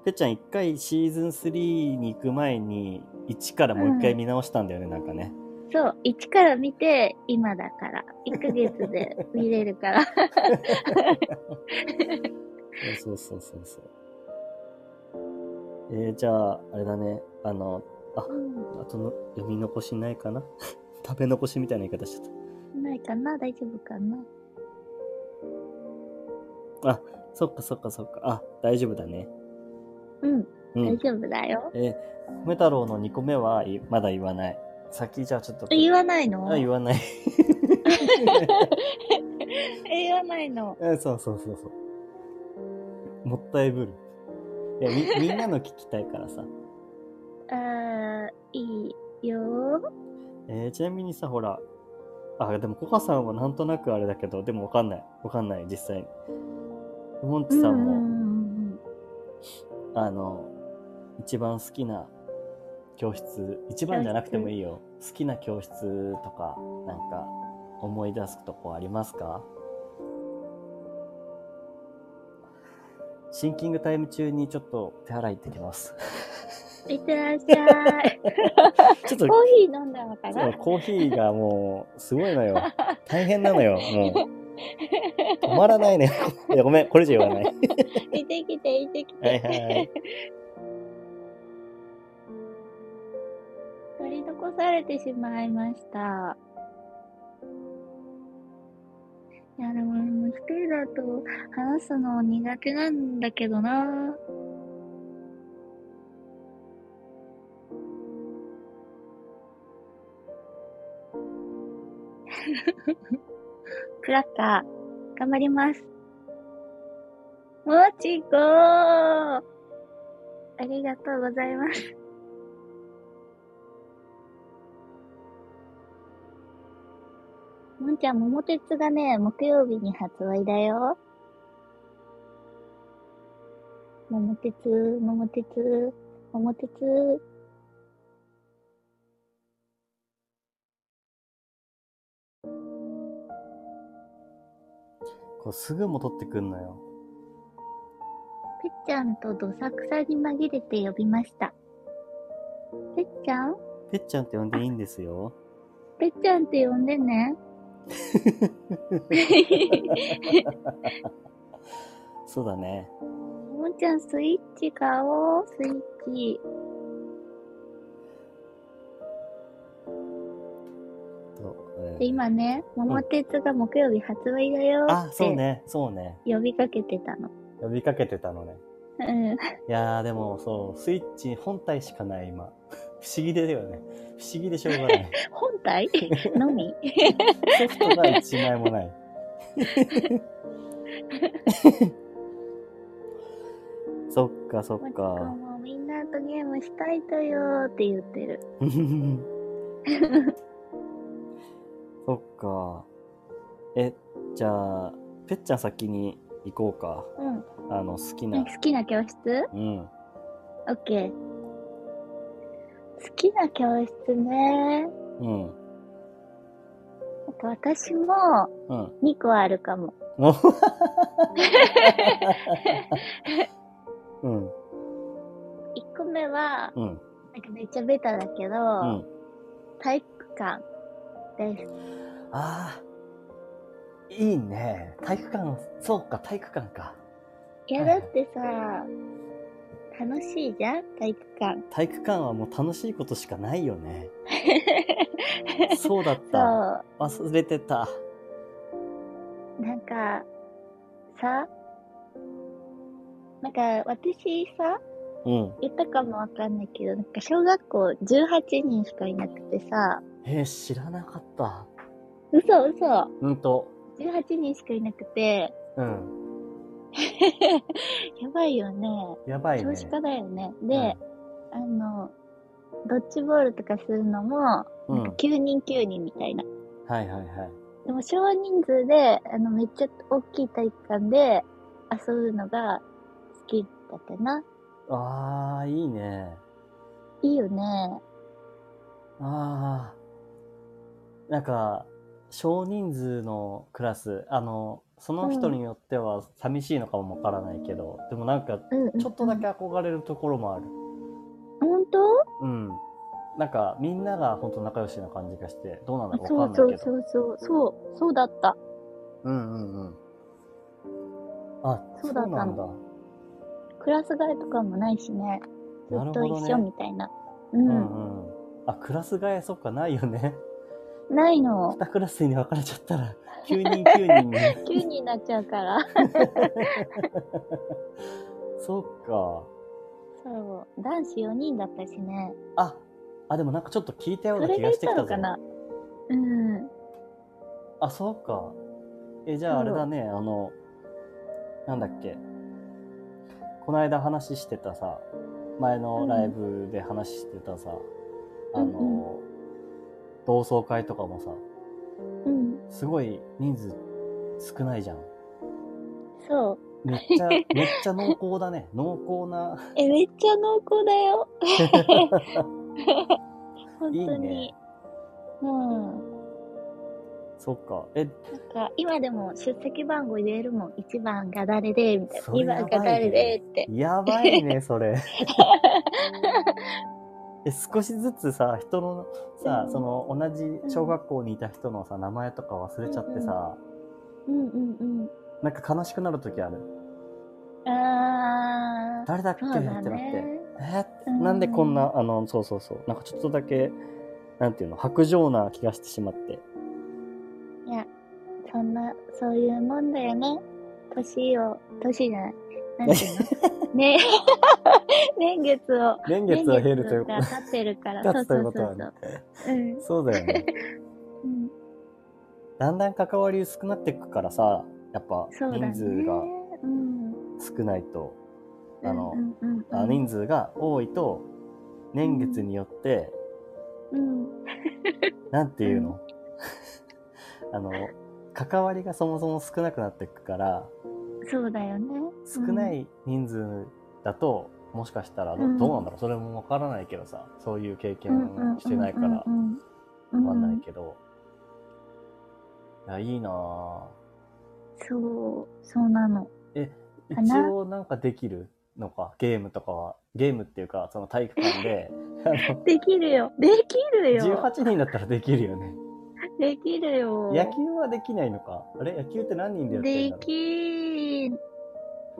A: てっちゃん、一回シーズン3に行く前に、1からもう一回見直したんだよね、なんかね。
B: そう、1から見て、今だから。1ヶ月で見れるから。
A: そうそうそうそうそう。えー、じゃあ、あれだね。あの、
B: うん
A: あとの読み残しないかな 食べ残しみたいな言い方しちゃっ
B: ないかな大丈夫かな
A: た。そっかそっかそっか。あ、大丈夫だね。
B: うん、
A: う
B: 大
A: ん。
B: 丈夫だよ。
A: えー、米太郎の2個目はいまだ言わない。先じゃあちょっと。
B: 言わないの
A: あ言わない。
B: え言わないの。
A: えそうそうそうそう。もったいぶる。いやみみんなの聞きたいからさ。
B: あー、いいよ。
A: えーちなみにさ、ほら、あ、でも、コカさんはなんとなくあれだけど、でもわかんない。わかんない、実際に。モンチさん
B: う
A: も、
B: ん
A: あの、一番好きな教室、一番じゃなくてもいいよ。好きな教室とか、なんか、思い出すとこありますかシンキングタイム中にちょっと手洗い行ってきます。
B: いってらっしゃ い。
A: ちょっと
B: コー、ヒー飲んだのか
A: そ
B: な
A: うコーヒーがもう、すごいの よ。大変なのよ、もう。止まらないね。 いやごめん、これじゃ言わない。
B: 行ってきて、行ってきて。
A: はいはい。
B: 取り残されてしまいました。いや、でも、もう一人だと話すの苦手なんだけ どな。 クラッカー、頑張ります。もちこーありがとうございます。もんちゃん、桃鉄がね、木曜日に発売だよ。桃鉄、桃鉄、桃鉄。
A: こうすぐ戻ってくんのよ。
B: ぺっちゃんとどさくさに紛れて呼びました。ぺっちゃん
A: ぺっちゃんって呼んでいいんですよ。
B: ぺっちゃんって呼んでね。
A: そうだね。
B: もんちゃん、スイッチ買おう、スイッチ。
A: とえー
B: で、今ね、桃鉄が木曜日発売だよ
A: あ、
B: っ
A: そう
B: て
A: ね、そうね。
B: 呼びかけてたの。
A: 呼びかけてたのね。
B: うん。
A: いやー、でもそう、スイッチ本体しかない、今。 不思議でだよね。不思議でしょうがない。
B: 本 体のみ
A: ソフトが一枚もない。そっかそ
B: も
A: っ
B: ちこ
A: か。
B: もみんなとゲームしたいとよーって言ってる。
A: そっか。え、じゃあ、ぺっちゃん先に行こうか。
B: うん。
A: あの、好きな
B: 好。きな教室
A: うん。
B: オッケー。好きな教室ね。
A: うん。
B: なんか私も
A: うん。
B: 2個あるかも。
A: もううん。
B: 1個目は、
A: うん。
B: なんかめっちゃベタだけど、
A: うん。
B: 体育館です。
A: ああ。いいね。体育館、そうか、体育館か。
B: いや、
A: はいは
B: だ
A: い
B: ってさ、楽しいじゃん体育館。
A: 体育館はもう楽しいことしかないよ ね。そうだっ
B: そ
A: た。
B: う。
A: 忘れてた。
B: なんか、さ、なんか私さ、
A: うん。
B: 言ったかもわかんないけど、なんか小学校18人しかいなくてさ、
A: えー、知らなかった。
B: 嘘嘘
A: うんと。
B: !18 人しかいなくて、
A: うん。
B: やばいよね。
A: やばいね。
B: 少子化だよね。
A: う
B: で、
A: ん
B: あの、ドッジボールとかするのも、
A: うん。はい
B: 9人9人みたいな。
A: はいはい。
B: でも少人数で、あの、めっちゃ大きい体育館で遊ぶのが好きだったな。
A: ああ、いいね。
B: いいよね。
A: ああ。なんか、少人数のクラス、あの、その人によっては寂しいのかもわからないけど、でもなんか、
B: うん、うん。
A: ちょっとだけ憧れるところもある。
B: 本当
A: うん。なんか、みんなが本当仲良しな感じがして、どうなんだか
B: そ
A: わ
B: う
A: か
B: そ
A: んな
B: う
A: いけ
B: そ
A: ど。
B: うそう、そう、そうだった。
A: うんうんうん。あ、そ
B: そ
A: う
B: うだった
A: な
B: の
A: んだ。
B: クラス替えとかもないしね。ず
A: なるほ
B: っ
A: ど
B: と
A: ね
B: 一緒みたいな。
A: うんうん。あ、クラス替え、そっか、ないよね。
B: うん。ないの。
A: 二クラスに分かれちゃったら、9人9人に。
B: 9人になっちゃうから。
A: そっか。
B: そう。男子4人だったしね。
A: あ、あ、でもなんかちょっと聞いたよ
B: そ
A: な
B: うれ
A: 気
B: が
A: が
B: い
A: してき
B: た
A: た
B: の
A: ぞ
B: か。な。うん。
A: あ、そうか。え、じゃああれだね、あの、なんだっけ。この間話してたさ、前のライブで話してたさ、あの、
B: うん
A: 同窓会とかもさ、
B: うん。
A: すごい人数少ないじゃん。
B: そう。
A: めっ ちゃ、めっちゃ濃厚だね。濃厚な。
B: え、めっちゃ濃厚だ よ。本当
A: い
B: に。
A: いね。
B: うん。
A: そっか。え、
B: なんか、今でも出席番号入れるもん。1番が誰で、みたいな。
A: それ
B: 2
A: やばいね
B: 番が誰で、って。
A: やばい ね、それ。え少しずつさ、人のさ、
B: うん
A: その同じ小学校にいた人のさ、名前とか忘れちゃってさ、
B: うんうんうん。
A: なんか悲しくなるときある。
B: あー。
A: 誰だっけ、
B: そう
A: って
B: だ
A: なって。
B: ね。
A: え
B: う
A: ー
B: ん
A: なんでこんな、あの、そうそうそう。なんかちょっとだけ、なんていうの、白状な気がしてしまって。
B: いや、そんな、そういうもんだよね。年を、年じゃない。なんていう のね、年月を。
A: 年月は減るというこ
B: 年月が経ってるから。
A: と。経つということは
B: そう
A: ね
B: そう。そう。うん。
A: そうだよ ね。
B: うん。
A: だんだん関わり薄くなっていくからさ、やっぱ
B: そうだね。
A: 人数が
B: うん。
A: 少ないと、あの、
B: うんうんうん、
A: あ人数が多いと、年月によって、
B: うん。
A: なんていうの、 あの、関わりがそもそも少なくなっていくから、
B: そうだよね。
A: 少ない人数だと、もしかしたらど
B: うん
A: どうなんだろうそれもわからないけどさ、そういう経
B: うんうんうんうんう
A: 験
B: ん
A: してないからわ
B: う
A: か
B: ん
A: んないけど。いや、いいなぁ。
B: そう、そうなの。か
A: 一
B: な
A: 応なんかできるのか、ゲームとかは。ゲームっていうか、その体育館 で、あの、
B: できるよ。できるよ。
A: 18人だったらできるよね。
B: できるよ。
A: 野球はできないのか。あれ野球って何人でやってるん
B: で
A: だろう
B: き、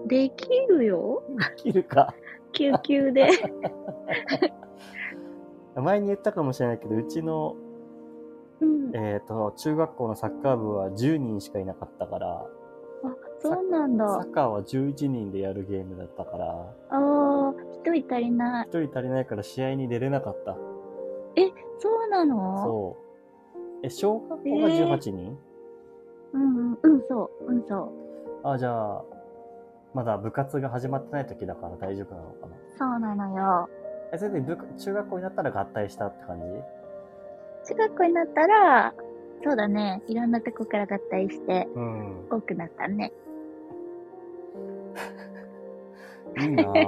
B: できるよ。
A: できるか。
B: 救急で。
A: 前に言ったかもしれないけど、うちの、
B: うん。
A: えっ、と、中学校のサッカー部は10人しかいなかったから、
B: あ、そうなんだ。
A: サ
B: あ
A: ッカーは11人でやるゲームだったから、
B: あー、一人足りない。
A: 1人足りないから試合に出れなかった。
B: そうなの
A: そう。え、小学校が18人、
B: う。うんうん、うん、そう、うん、そう。
A: あ、じゃあ、まだ部活が始まってない時だから大丈夫なのかな。
B: そうなのよ。
A: え、それで部中学校になったら合体したって感じ
B: 中学校になったら、そうだね。いろんなとこから合体して、
A: うん。
B: 多くなったね。
A: いいなぁ。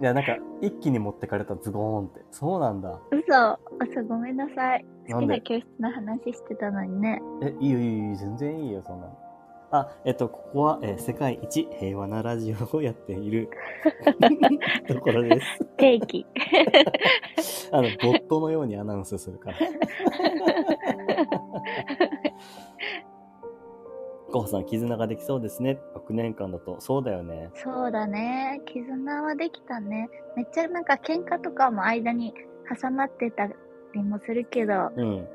A: いや、なんか、一気に持ってかれた、ズゴーンって。そうなんだ。
B: 嘘、嘘、ごめんなさい。
A: な
B: 好
A: ん
B: き
A: で
B: な教室の話してたのにね。
A: え、いいよいいよいいよ、全然いいよ、そんなの。あ、えっと、ここは、えー世界一平和なラジオをやっているところです。
B: 定期。
A: あの、ボットのようにアナウンスするから。ゴーさん、絆ができそうですね。6年間だと。そうだよね。
B: そうだね。絆はできたね。めっちゃなんか喧嘩とかも間に挟まってたりもするけど、
A: うん、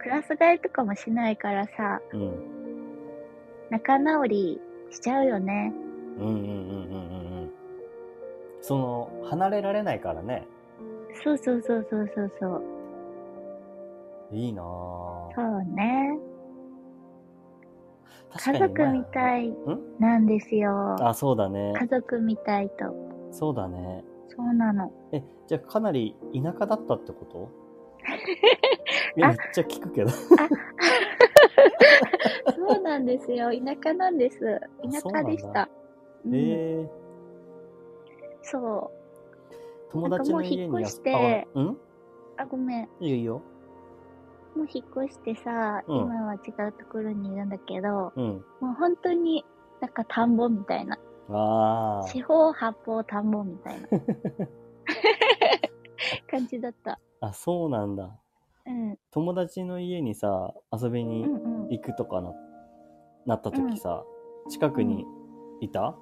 B: クラス替えとかもしないからさ、
A: うん。
B: 仲直りしちゃうよね。
A: うんうんうんうんうんうん。その、離れられないからね。
B: そうそうそうそうそうそう。
A: いいなぁ
B: そうね。
A: 確か
B: 家
A: に
B: 族み
A: い。
B: たい
A: ん
B: なんですよ。
A: あ、そうだね。
B: 家族みたいと。
A: そうだね。
B: そうなの。
A: え、じゃあかなり田舎だったってこと いや、
B: あ
A: めっちゃ聞くけど。
B: そうなんですよ。田舎なんです。田舎でし
A: あ
B: た。うん
A: えー、
B: そ
A: 友達の家に
B: なんかもう
A: や
B: 引っ越して
A: うん
B: う。あ、ごめん。
A: いいよいいよ。
B: もう引っ越してさ、
A: うん
B: 今は違うところにいるんだけど、
A: うん。
B: もう本当になんか田んぼみたいな。
A: ああ。
B: 四方八方田んぼみたい な感じだった。
A: あ、そうなんだ。
B: うん。
A: 友達の家にさ、遊び
B: う
A: に
B: んうん。
A: 行くとかな、なった時さ、近くにいた、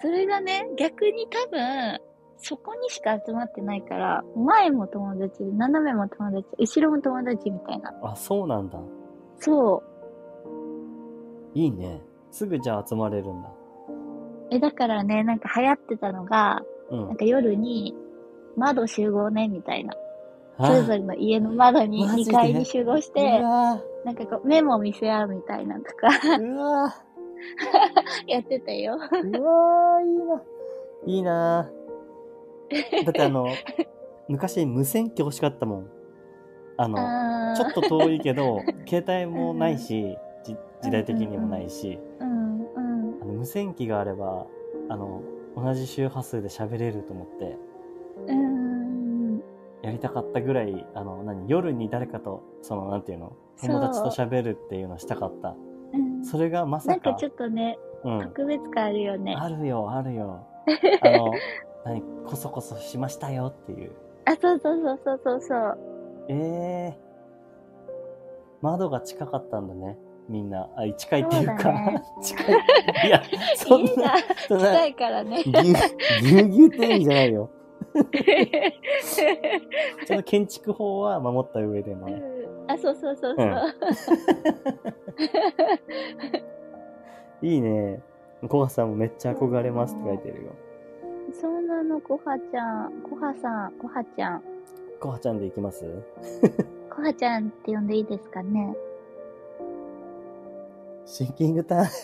B: それがね、逆に多分、そこにしか集まってないから、前も友達、斜めも友達、後ろも友達みたいな。
A: あ、そうなんだ。
B: そう。
A: いいね。すぐじゃあ集まれるんだ。
B: え、だからね、なんか流行ってたのが、
A: うん
B: なん。か夜に、窓集合ね、みたいな。
A: あ
B: それぞれの家の窓に、
A: マジで
B: 2階に集合し
A: う
B: て、
A: わ
B: なんかこう、メモ見せ合うみたいなとか、
A: ーうわ
B: やってたよ。
A: ーうわーいいな。いいな。だってあ の、昔無線機欲しかったもん。あの、
B: あ
A: ちょ
B: ー
A: っと遠いけ ど、携帯もないし、じ時代的にもないし、
B: うん、うん。
A: あの無線機があれば、あの、同じ周波数で喋れると思って、
B: うん。
A: やりたかったぐらい、あの、何、夜に誰かと、その、なんていうの、
B: そう
A: 友達と喋るっていうのしたかった。
B: うん
A: それがま
B: な
A: さ
B: ん
A: か、
B: かちょっとね、
A: うん、
B: 特別感あるよ ね。
A: あるよ、ある よ。あの、何、こそこそしましたよっていう。
B: あ、そうそうそうそうそうそう。
A: ええ窓が近かったんだね。みんな。あ、近いっていう
B: そ
A: か、
B: うだね
A: 近い。い や、そん
B: 家
A: な
B: が、
A: そんな
B: 近いからね。
A: ぎゅう、ぎゅうぎゅうって意味じゃないよ。ちょっと建築法は守った上でのね。
B: あ、 そうそうそうそうう。
A: いいね。コハさんもめっちゃ憧れますって書いてるよ。
B: そうなの、コハちゃん。コハさん、コハちゃん。
A: コハちゃんで行きます
B: コハちゃんって呼んでいいですかね。
A: シンキングタイ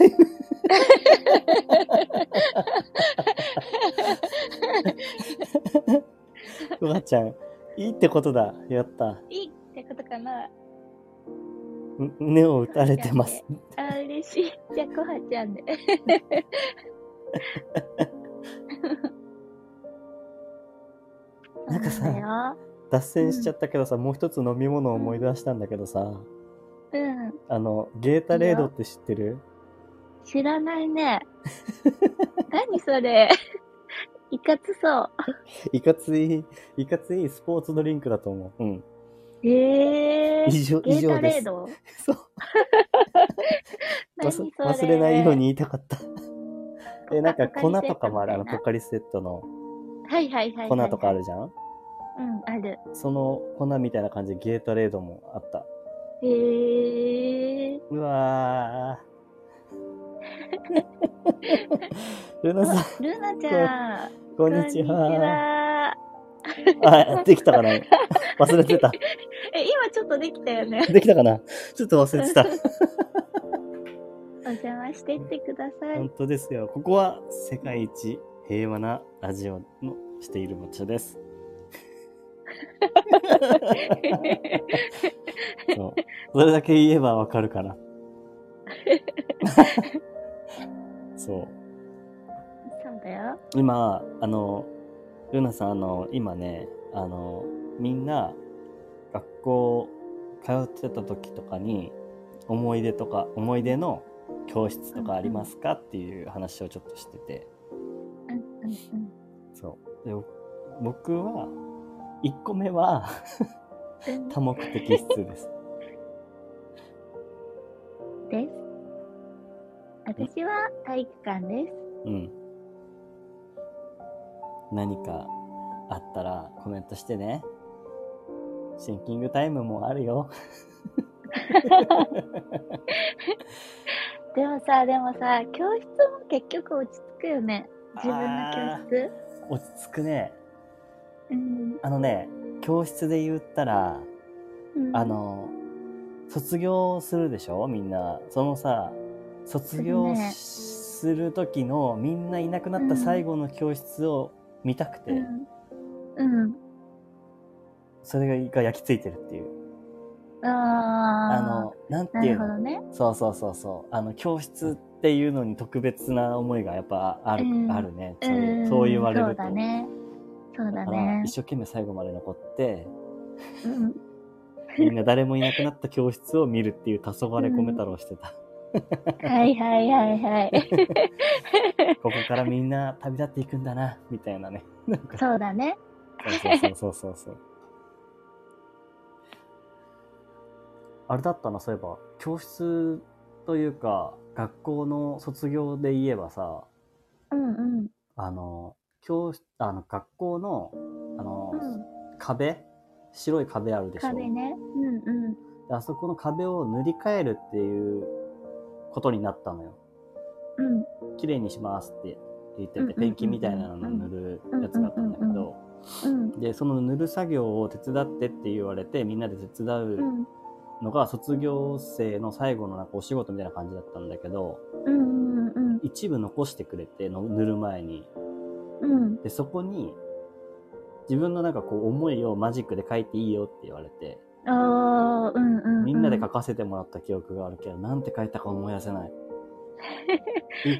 A: ム。コハちゃん、いいってことだ。やった。
B: いいってことかな。
A: ん胸を打たれてます。
B: あ、嬉しい。じゃあ、コハちゃ んで。
A: なんかさ
B: そうだよ
A: 脱線しちゃったけどさ、もう一つ飲み物を思い出したんだけどさ、
B: うん。
A: あの、ゲータレードって知ってる
B: 知らないね。 何それ。いかつそう。
A: いかつい、いかついスポーツドリンクだと思う。うん。
B: えー。
A: 以上、
B: ゲ
A: 以
B: ー
A: 上
B: タレ
A: で
B: ー
A: す。
B: ド
A: そう。
B: 何そ
A: 忘
B: れ
A: 忘れないよう。に言いたか った。え、なんか粉
B: ポカ
A: とかもある、あの、
B: ポカ
A: ポカリスエットの
B: リセットみたいなはいはいはいはい。
A: 粉とかあるじゃん
B: うん、ある。
A: その粉みたいな感じでゲータレードもあった。
B: へえ。
A: うわ ー。ルナさん、
B: ルナちゃん。
A: こんにち
B: こんにち
A: は。
B: は
A: あ、できたか な忘れてた。
B: え、今ちょっとできたよね。
A: できたかなちょっと忘れ てた。
B: お邪魔してってくださ
A: 本
B: い。
A: 当ですよ。ここは世界一平和なラジオのしている場所です。そう。 それだけ言えばわかるから。そう。
B: そうだよ。
A: 今、あの、ルナさん、あの、今ね、あの、みんな、学校、通ってた時とかに、思い出とか、思い出の教室とかありますかっていう話をちょっとしてて。
B: うんうんうん
A: そう。で僕は、1個目は
B: うん。
A: 多目的室です。
B: です。私は体育館です。
A: うん。何かあったらコメントしてね。シンキングタイムもあるよ。
B: でもさ、でもさ、教室も結局落ち着くよね。自分の教室。
A: 落ち着くね。
B: うん。
A: あのね、教室で言ったら、
B: うん
A: あ、の、卒業するでしょみんな。そのさ、卒業
B: するね
A: する時のみんないなくなっ
B: う
A: た
B: ん
A: 最後の教室を見たくて、
B: うん。うん。
A: それが焼き付いてるっていう。
B: あー
A: あの、なんて
B: ないる
A: う
B: ほ
A: の
B: どね。
A: そうそうそうそう。あの、教室っていうのに特別な思いがやっぱある、
B: うん
A: あるね。そううい
B: ん。
A: うそう言われると。
B: そうだね。そうだ
A: だから
B: ね
A: 一。生懸命最後まで残って、
B: うん。
A: みんな誰もいなくなった教室を見るっていう黄昏米太郎してた。
B: はいはいはいはい。
A: ここからみんな旅立っていくんだな、みたいなね。なん か、
B: そうだね。
A: そうそうそうそうそう。あれだったな、そういえば、教室というか、学校の卒業で言えばさ、
B: うんうん。
A: あの、教室、あの、学校の、あの、
B: うん。
A: 壁白い壁あるでしょ
B: 壁ね。うんうん。
A: であそこの壁を塗り替えるっていうことになったのよ。
B: うん。
A: 綺麗にしますって言って
B: うんうんうん
A: て、
B: うん
A: ペンキみたいなのを塗るやつだったんだけ
B: うんうん
A: ど、
B: うん。
A: で、その塗る作業を手伝ってって言われて、みんなで手伝
B: う。
A: うんのが卒業生の最後のなんかお仕事みたいな感じだったんだけど、
B: うんうんうん。
A: 一部残してくれて、の塗る前に。
B: うん。
A: で、そこに、自分のなんかこう思いをマジックで書いていいよって言われて、
B: あーうんうんうん。
A: みんなで書かせてもらった記憶があるけど、なんて書いたか思い出せない。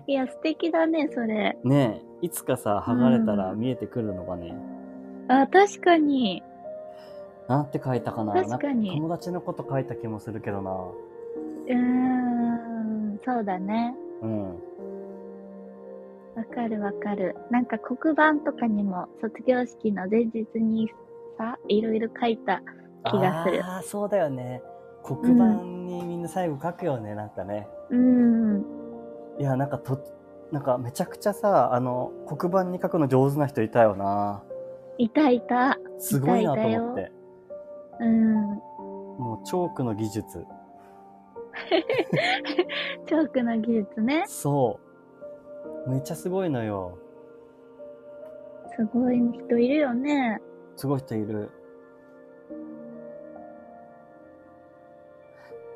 B: いや、素敵だね、それ。
A: ねえ、いつかさ、剥がれたら
B: うん
A: 見えてくるのがね、
B: あ、確かに。
A: なんて書いたかな
B: 確かに
A: な友達のこと書いた気もするけどな。
B: うーん、そうだね。
A: うん。
B: わかるわかる。なんか黒板とかにも卒業式の前日にさ、いろいろ書いた。気がする
A: ああ、そうだよね。黒板にみんな最後書くよね、なんかね。
B: うん。
A: いや、なんかと、なんかめちゃくちゃさ、あの、黒板に書くの上手な人いたよな。
B: いたいた。
A: すごいなと
B: いたい
A: 思っ
B: た
A: て。
B: うん。
A: もうチョークの技術。
B: チョークの技術ね。
A: そう。めっちゃすごいのよ。
B: すごい人いるよね。
A: すごい人いる。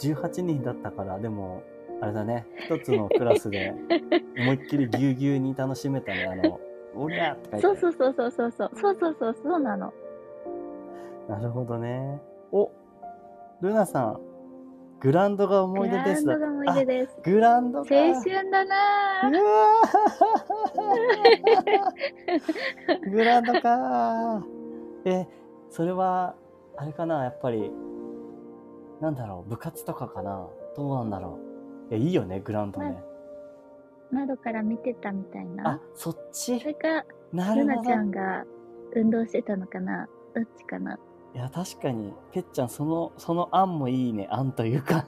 A: 18人だったから、でも、あれだね、一つのクラス で、思いっきりぎゅうぎゅうに楽しめたね、あの、オラとか
B: そ
A: 言
B: う
A: って
B: そうそうそうそうそう。そうそうそうそうなの。
A: なるほどね。おルナさん、グランドが思い出です。
B: グラウンドが思い出です。
A: あグランド
B: 青
A: か
B: 春だなぁ。
A: うわーグランドかーえそれはあれかなやっぱりなんだろう部活とかかなどうなんだろういやいいよねグランドね、
B: 窓から見てたみたい
A: あ
B: な。
A: そっち
B: それか、
A: な
B: ル
A: る
B: ナ
A: ほど
B: ちゃんが運動してたのかなどっちかな
A: いや確かにぺっちゃんそのその案もいいね案という か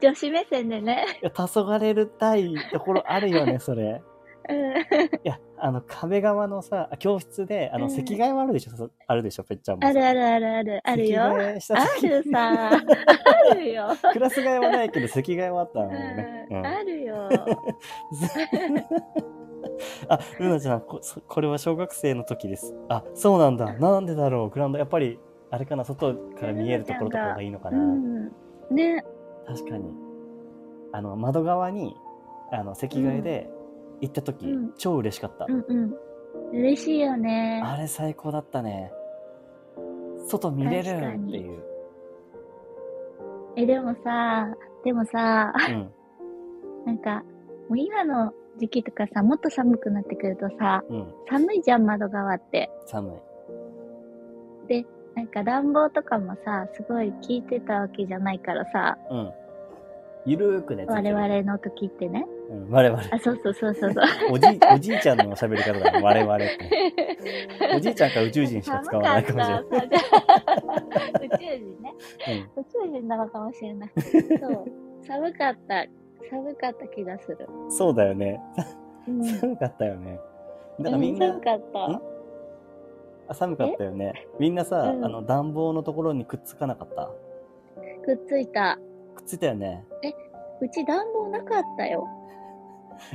B: 女子目線でね。
A: いや黄昏るたいところあるよねそれ
B: うん
A: いやあの壁側のさ教室であの
B: うん
A: 席替えもあるでしょ、そあるでしょぺっちゃんもさ
B: あるあるあるある。あるよ。
A: 席替えした
B: あ
A: 時
B: るさ。あるよ。
A: クラス替えはないけど、席替えはあったのね。
B: う
A: うん ん、
B: あるよ。
A: あ、ルナちゃんこ、そこれは小学生の時です。あ、そうなんだ。なんでだろう。グラウンド、やっぱり、あれかな、外から見えるところとかがいいのか
B: う
A: な。
B: ん。ね。
A: 確かに。あの、窓側に、あの、席替えで行った時、
B: うん
A: 超嬉しかった、
B: うんうん。嬉しいよね。
A: あれ最高だったね。外見れる
B: 確か
A: っ
B: に
A: ていう。
B: え、でもさ、でもさ、
A: うん、
B: なんか、もう今の時期とかさ、もっと寒くなってくるとさ、
A: うん、
B: 寒いじゃん、窓側って。
A: 寒い。
B: なんか暖房とかもさ、すごい効いてたわけじゃないからさ、
A: うん。ゆるーくね、つい
B: 我
A: てる
B: 々。の時ってね。
A: うん、我々。
B: あ、そうそうそうそうそう。
A: おじい、おじいちゃんの喋り方だね。我々って。おじいちゃんか宇宙人しか使わないかもしれない。
B: 寒かった寒かった宇宙人ね。宇宙人なのかもしれない。そう。寒かった寒かった気がする。
A: そうだよね。
B: うん。
A: 寒かったよね。だから
B: うん
A: みんな
B: 寒、かった。
A: あ寒かったよね。みんなさ、
B: うん
A: あの、暖房のところにくっつかなかった。
B: くっついた。
A: くっついたよね。
B: うち暖房なかったよ。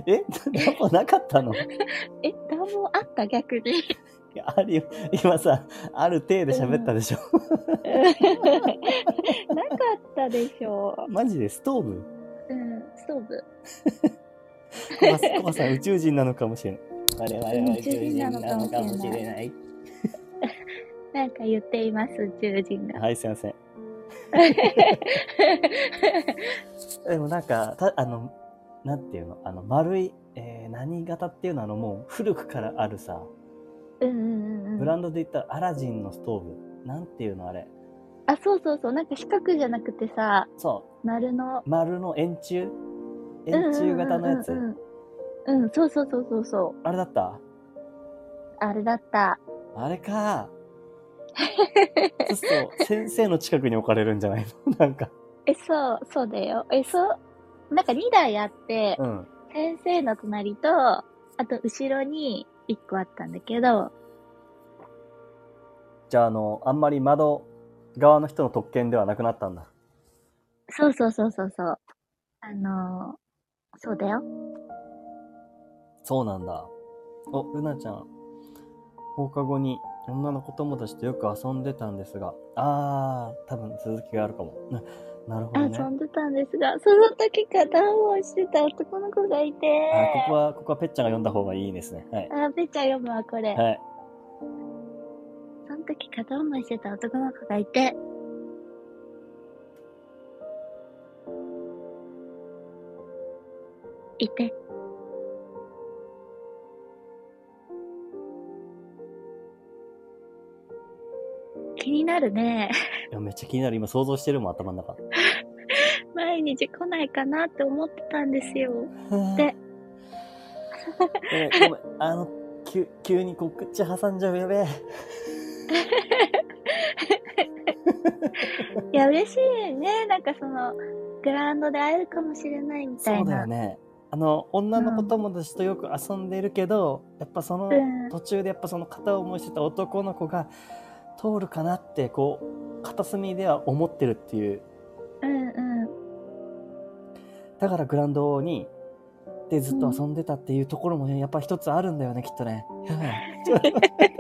A: え暖房なかったの
B: え、暖房あった逆に。
A: いやあるよ。今さ、ある程度喋ったでしょ。
B: なかったでしょ。
A: マジでストーブ
B: うん、ストーブ。
A: コバさんコバさん宇宙人なのかもしれない。我々 は宇宙人なのかもし
B: 宇宙人なのかもし
A: れ
B: れ
A: ない。
B: なんか言っています、宇宙人が。
A: はい、すいません。でもなんか、たあの、なんていうの、あの、丸い、えー何型っていうのはあの、もう古くからあるさ、
B: うんうんうんう
A: ブ
B: ん。
A: ランドで言ったらアラジンのストーブ。なんていうのあれ。
B: あ、そうそうそう。なんか四角じゃなくてさ、
A: そ
B: 丸の。
A: う、丸の円柱円柱型のやつ。
B: うんうんうんうん、うんそうそうそうそうそう。
A: あれだった
B: あれだった。
A: あれ か。そうすると、先生の近くに置かれるんじゃないの なんか。
B: え、そう、そうだよ。え、そう。なんか2台あって、
A: うん。
B: 先生の隣と、あと後ろに1個あったんだけど、
A: じゃあ、あの、あんまり窓側の人の特権ではなくなったんだ。
B: そうそうそうそうそう。あのー、そうだよ。
A: そうなんだ。お、ルナちゃん。放課後に女の子友達とよく遊んでたんですが、あー、多分続きがあるかも。ななるほどね。
B: 遊んでたんですが、その時からダウンをしてた男の子がいて、
A: あここは、ここはぺっちゃんが読んだ方がいいですね。はい。
B: あ、べっちゃん読むわ、これ。
A: はい。
B: その時片思いしてた男の子がいて。いて。気になるね。
A: いやめっちゃ気になる。今想像してるもん、頭の中。
B: 毎日来ないかなって思ってたんですよ。
A: で、 えごめん、あの、急、急に告知挟んじゃう、やべえ。
B: いや、嬉しいね。なんかその、グラウンドで会えるかもしれないみた
A: そ
B: いう
A: だ
B: な。
A: よね。あの、女の子友達とよく遊んでるけど、やっぱその
B: うん
A: 途中でやっぱその片思いしてた男の子が通るかなって、こう、片隅では思ってるっていう。
B: うんうん。
A: だからグラウンドに、でずっと遊んでたっていうところもね、やっぱ一つあるんだよね、きっとね。やばいちょっと待って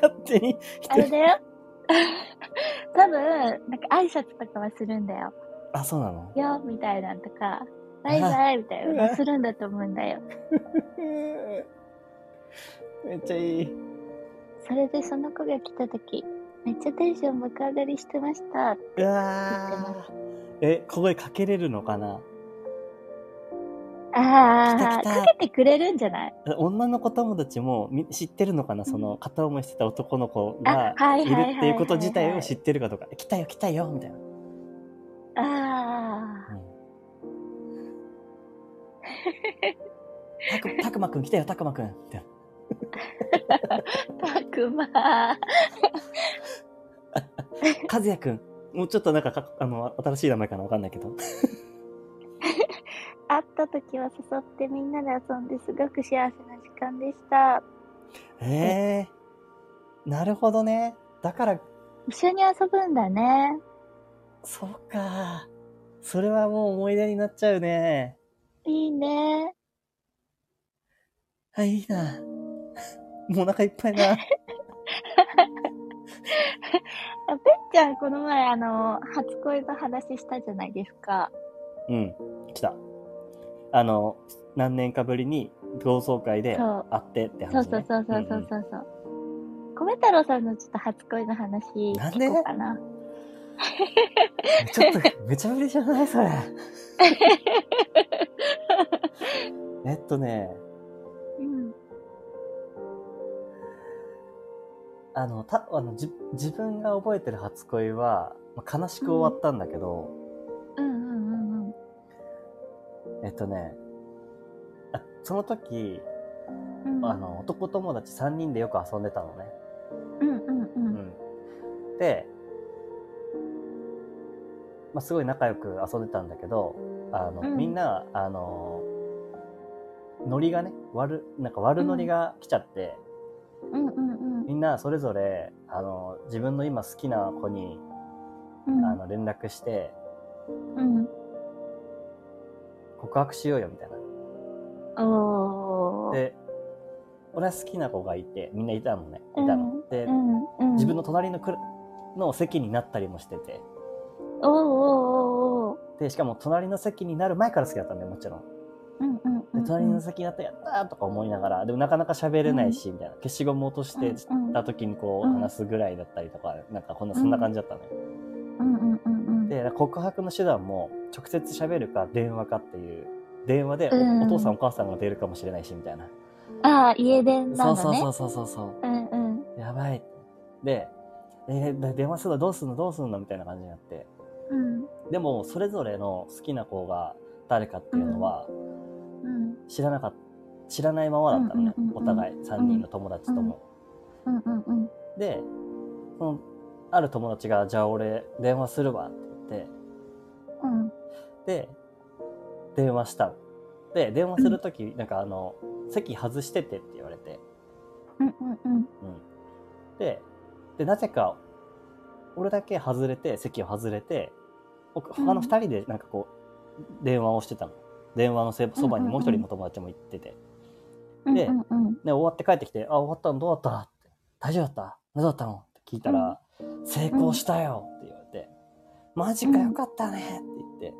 A: 勝手に一
B: あ
A: 人
B: れだよ。 多分、なんか挨拶とかはするんだよ。
A: あ、そうなの
B: よ、みたいなんとか、バイバイ、みたいなのするんだと思うんだよ。
A: めっちゃいい。
B: それでその子が来た時、めっちゃテンション爆上がりしてました。
A: うわーえ、声かけれるのかな
B: あ
A: 来た来
B: ー、
A: た
B: かけてくれるんじゃない
A: 女の子友達もみ知ってるのかなその片思いしてた男の子
B: あ
A: が、
B: はい
A: い
B: はいはいは
A: る
B: い。
A: っていうこと自体を知ってるかとか、来たよ来たよみたい な。
B: あ
A: うんたくたくまくん来たよたくまくんみたいな
B: ー、たくまー。
A: 和也くんもうちょっとなんかかあの新しい名前かなわかんないけ ど
B: 会った時は誘ってみんなで遊んですごく幸せな時間でした。
A: えー、なるほどねだから
B: 一緒に遊ぶんだね。
A: そうか。それはもう思い出になっちゃうね。
B: いいね。
A: あ、いいな。もうお腹いっぱいな。
B: あぺっちゃん、この前、あの、初恋の話したじゃないですか。
A: うん。来た。あの、何年かぶりに同窓会で
B: そう
A: 会ってって
B: そう
A: 話、
B: そう
A: ね。
B: そうそうそうそうそう。米太郎さんのちょっと初恋の話
A: なん
B: 聞
A: で
B: こうかな。
A: ちょっと、めちゃめちゃじゃないそ れ。えっとね、
B: うん。
A: あの、た、あの、じ、自分が覚えてる初恋は、まあ悲しく終わったんだけど、
B: うんうんうんうん。
A: えっとね、あその時、
B: うん
A: あの、男友達3人でよく遊んでたのね。
B: うんうんうん。
A: で、まあ、すごい仲良く遊んでたんだけど、あの、
B: うん
A: みんな、あの、ノリがね、悪、なんか悪ノリが来ちゃって、
B: うんうん
A: みんなそれぞれ、あの、自分の今好きな子に、
B: うん。
A: あの、連絡して、
B: うん。
A: 告白しようよ、みたいな。
B: おー。
A: で、俺は好きな子がいて、みんないたもんね。いたの。で
B: う、んうん、
A: 自分の隣のくらの席になったりもしてて。
B: おーおーおーおー
A: で、しかも隣の席になる前から好きだったんだよ、もちろん。
B: うんうんうんう
A: で、
B: ん。
A: 隣の席になったやったーとか思いながら、でもなかなか喋れないし、みたいな。消しゴム落としてた時にこう
B: うん
A: 話すぐらいだったりとか、なんかこんな、
B: うん
A: そんな感じだったのよ。
B: うんうんうんうん。
A: で、告白の手段も直接喋るか電話かっていう。電話でお,、
B: うん
A: 父さんお母さんが出るかもしれないし、みたいな。
B: ああ、家電な
A: そ
B: ん
A: う
B: だ
A: そう
B: ね。
A: そうそうそうそう。
B: うんうん。
A: やばい。で、えーで電話するのどうすんのどうすんのみたいな感じになって。
B: うん
A: でも、それぞれの好きな子が誰かっていうのは
B: うん
A: 知らなかった。知らないままだったのね
B: うんうんうん。う
A: お
B: ん
A: 互い3人の友達とも。
B: うんうんうん
A: で、その、ある友達が、じゃあ俺電話するわって
B: うん
A: 言って、で、電話したの。で、電話するとき、なんかあの、席外しててって言われて。
B: うんうんうん
A: うん。で、で、なぜか、俺だけ外れて、席を外れて、ほ他の二人でなんかこう、電話をしてたの。電話のせそばにもう一人の友達も行ってて。
B: うん
A: で
B: うんうん
A: で、終わって帰ってきて、あ、終わったのどうだったって大丈夫だった何だったのって聞いたら、成功したよって言われて、マジかよかったねって言っ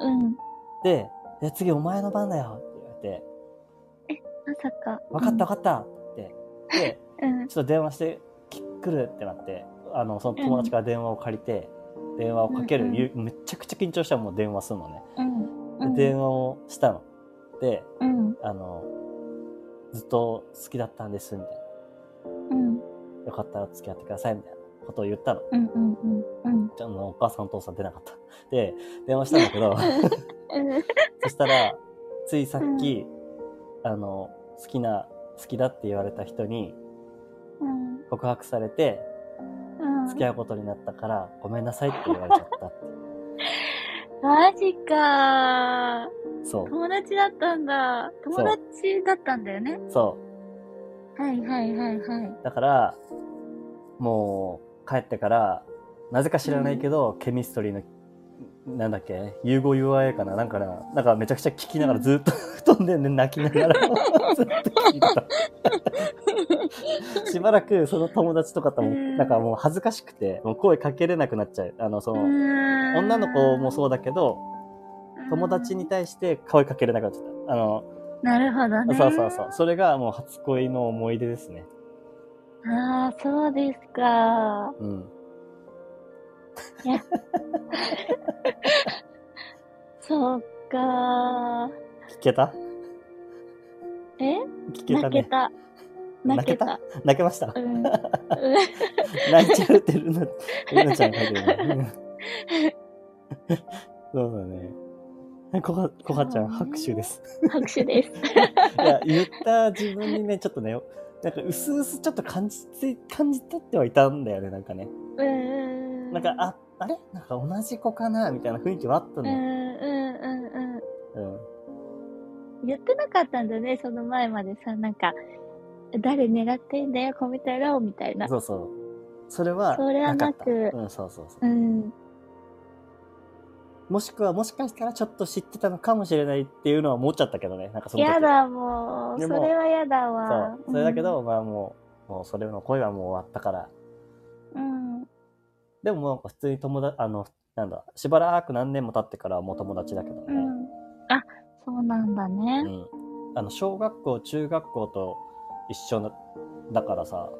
B: うん
A: て、で、で次お前の番だよって言われて、
B: まさか
A: わかったわかったって言って、で、
B: うん
A: ちょっと電話してき来るってなって、あの、その友達から電話を借りて、電話をかける、
B: うんうん
A: ゆめちゃくちゃ緊張したもう電話するのね。
B: うん
A: で
B: うん
A: 電話をしたの。で、
B: うん
A: あの、ずっと好きだったんです、みたい
B: うん
A: な。よかったら付き合ってください、みたいなことを言ったの。
B: うんうんうんうん
A: ちょっとお母さんお父さん出なかった。 で、電話したんだけ ど、
B: うん
A: そしたら、ついさっき、あの、好きな、好きだって言われた人に
B: うん
A: 告白されて、
B: うん
A: 付き合うことになったから、ごめんなさいって言われちゃったって。
B: マジかー
A: そう。
B: 友達だったんだ
A: う
B: 友達だったんだよね
A: そ
B: はいはいはいは
A: う。だから、もう、帰ってから、なぜか知らないけど、ケミストリーの、なんだっけ融合 UIA かななんかななんかめちゃくちゃ聞きながらずっと飛んでんね、泣きながら。 ずっと聞いて た。しばらくその友達とかとも、
B: うん
A: なんかもう恥ずかしくて、もう声かけれなくなっちゃう。あの、そ
B: い
A: の、女
B: 女
A: の子もそうだけど、友達に対して声かけれなくなっちゃった。あの、
B: なるほどね
A: そうそうそう。それがもう初恋の思い出ですね。
B: ああそうですか
A: うん。
B: そうかー
A: 聞けた
B: え
A: 聞けた
B: 泣け
A: ね。
B: た。泣けた。
A: 泣けました
B: う。ん。 うん
A: 泣いちゃうってる な、ルナちゃんが書いてるね。そうだね。こは、こはちゃん、
B: そうね
A: 拍手です。
B: 拍手です。
A: いや、言った自分にね、ちょっとね、なんか、うすうすちょっと感じて、感じ取ってはいたんだよね、なんかね。
B: うんうん。
A: なんか、、あ、あれなんか同じ子かなみたいな雰囲気はあった
B: うん
A: の
B: う
A: よ。
B: んうん
A: うん。
B: うん。言ってなかったんだよね、その前までさ、なんか、誰狙ってんだよ、コメ太郎みたいな。
A: そうそう。それは、
B: それはなく
A: かったうん、そうそうそう。
B: うん。
A: もしくは、もしかしたらちょっと知ってたのかもしれないっていうのは思っちゃったけどね。なんかその時
B: やだ、もう。
A: で
B: そ
A: も
B: れはやだ
A: そ
B: わ
A: う。。それだけど、まあもう、もうそれの恋はもう終わったから。
B: うん。うん。
A: でももうなんか普通に友達、あの、なんだ、しばらく何年も経ってからはもう友達だけど
B: う
A: ね。
B: ん。あ、そうなんだ
A: う
B: ね。
A: ん。あの、小学校、中学校と一緒なだからさ、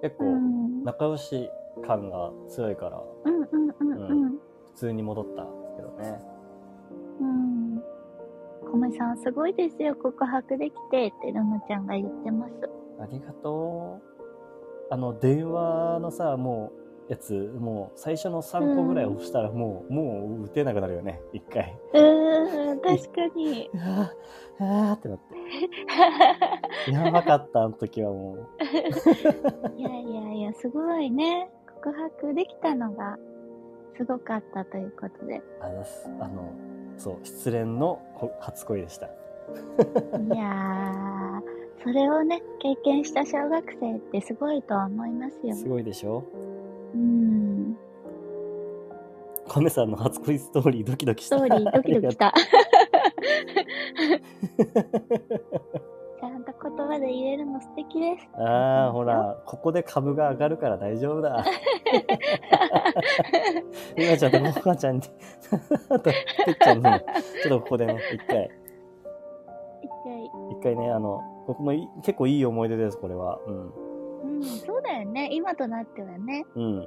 A: 結
B: う
A: 構
B: ん。うん
A: 仲良し感が強いから、
B: うんうんうん。
A: 普通に戻ったんですけどね。
B: うん。米さん、すごいですよ、告白できてって、ルナちゃんが言ってます。
A: ありがとう。あの、電話のさ、もう、やつ、もう、最初の3個ぐらい押したら、もう、もう、打てなくなる よね、一回。
B: うーん、確かに。
A: うわー、うわーってなって。やばかった、あの時はもう。
B: いやいやいや、すごいね。告白できたのがすごかったということで。
A: あざっすあの、そう、失恋のこ初恋でした。
B: いやー、それをね、経験した小学生ってすごいと思いますよ
A: す。ごいでしょ
B: うん。
A: 亀さんの初恋ストーリードキドキし
B: ス
A: た。
B: トーリードキドキし
A: あ
B: た。
A: りがと
B: ちゃんと言葉で言えるの素敵です。
A: う。ああ、ほら、ここで株が上がるから大丈夫 だ。りなちゃんともこかちゃんに、 あと、てっちゃんに、ちょっとここでね、一回、
B: 一回。
A: 一回ね、あの、僕もい結構いい思い出です、これは。
B: うん、そうだよね。今となってはね。
A: うん。うん。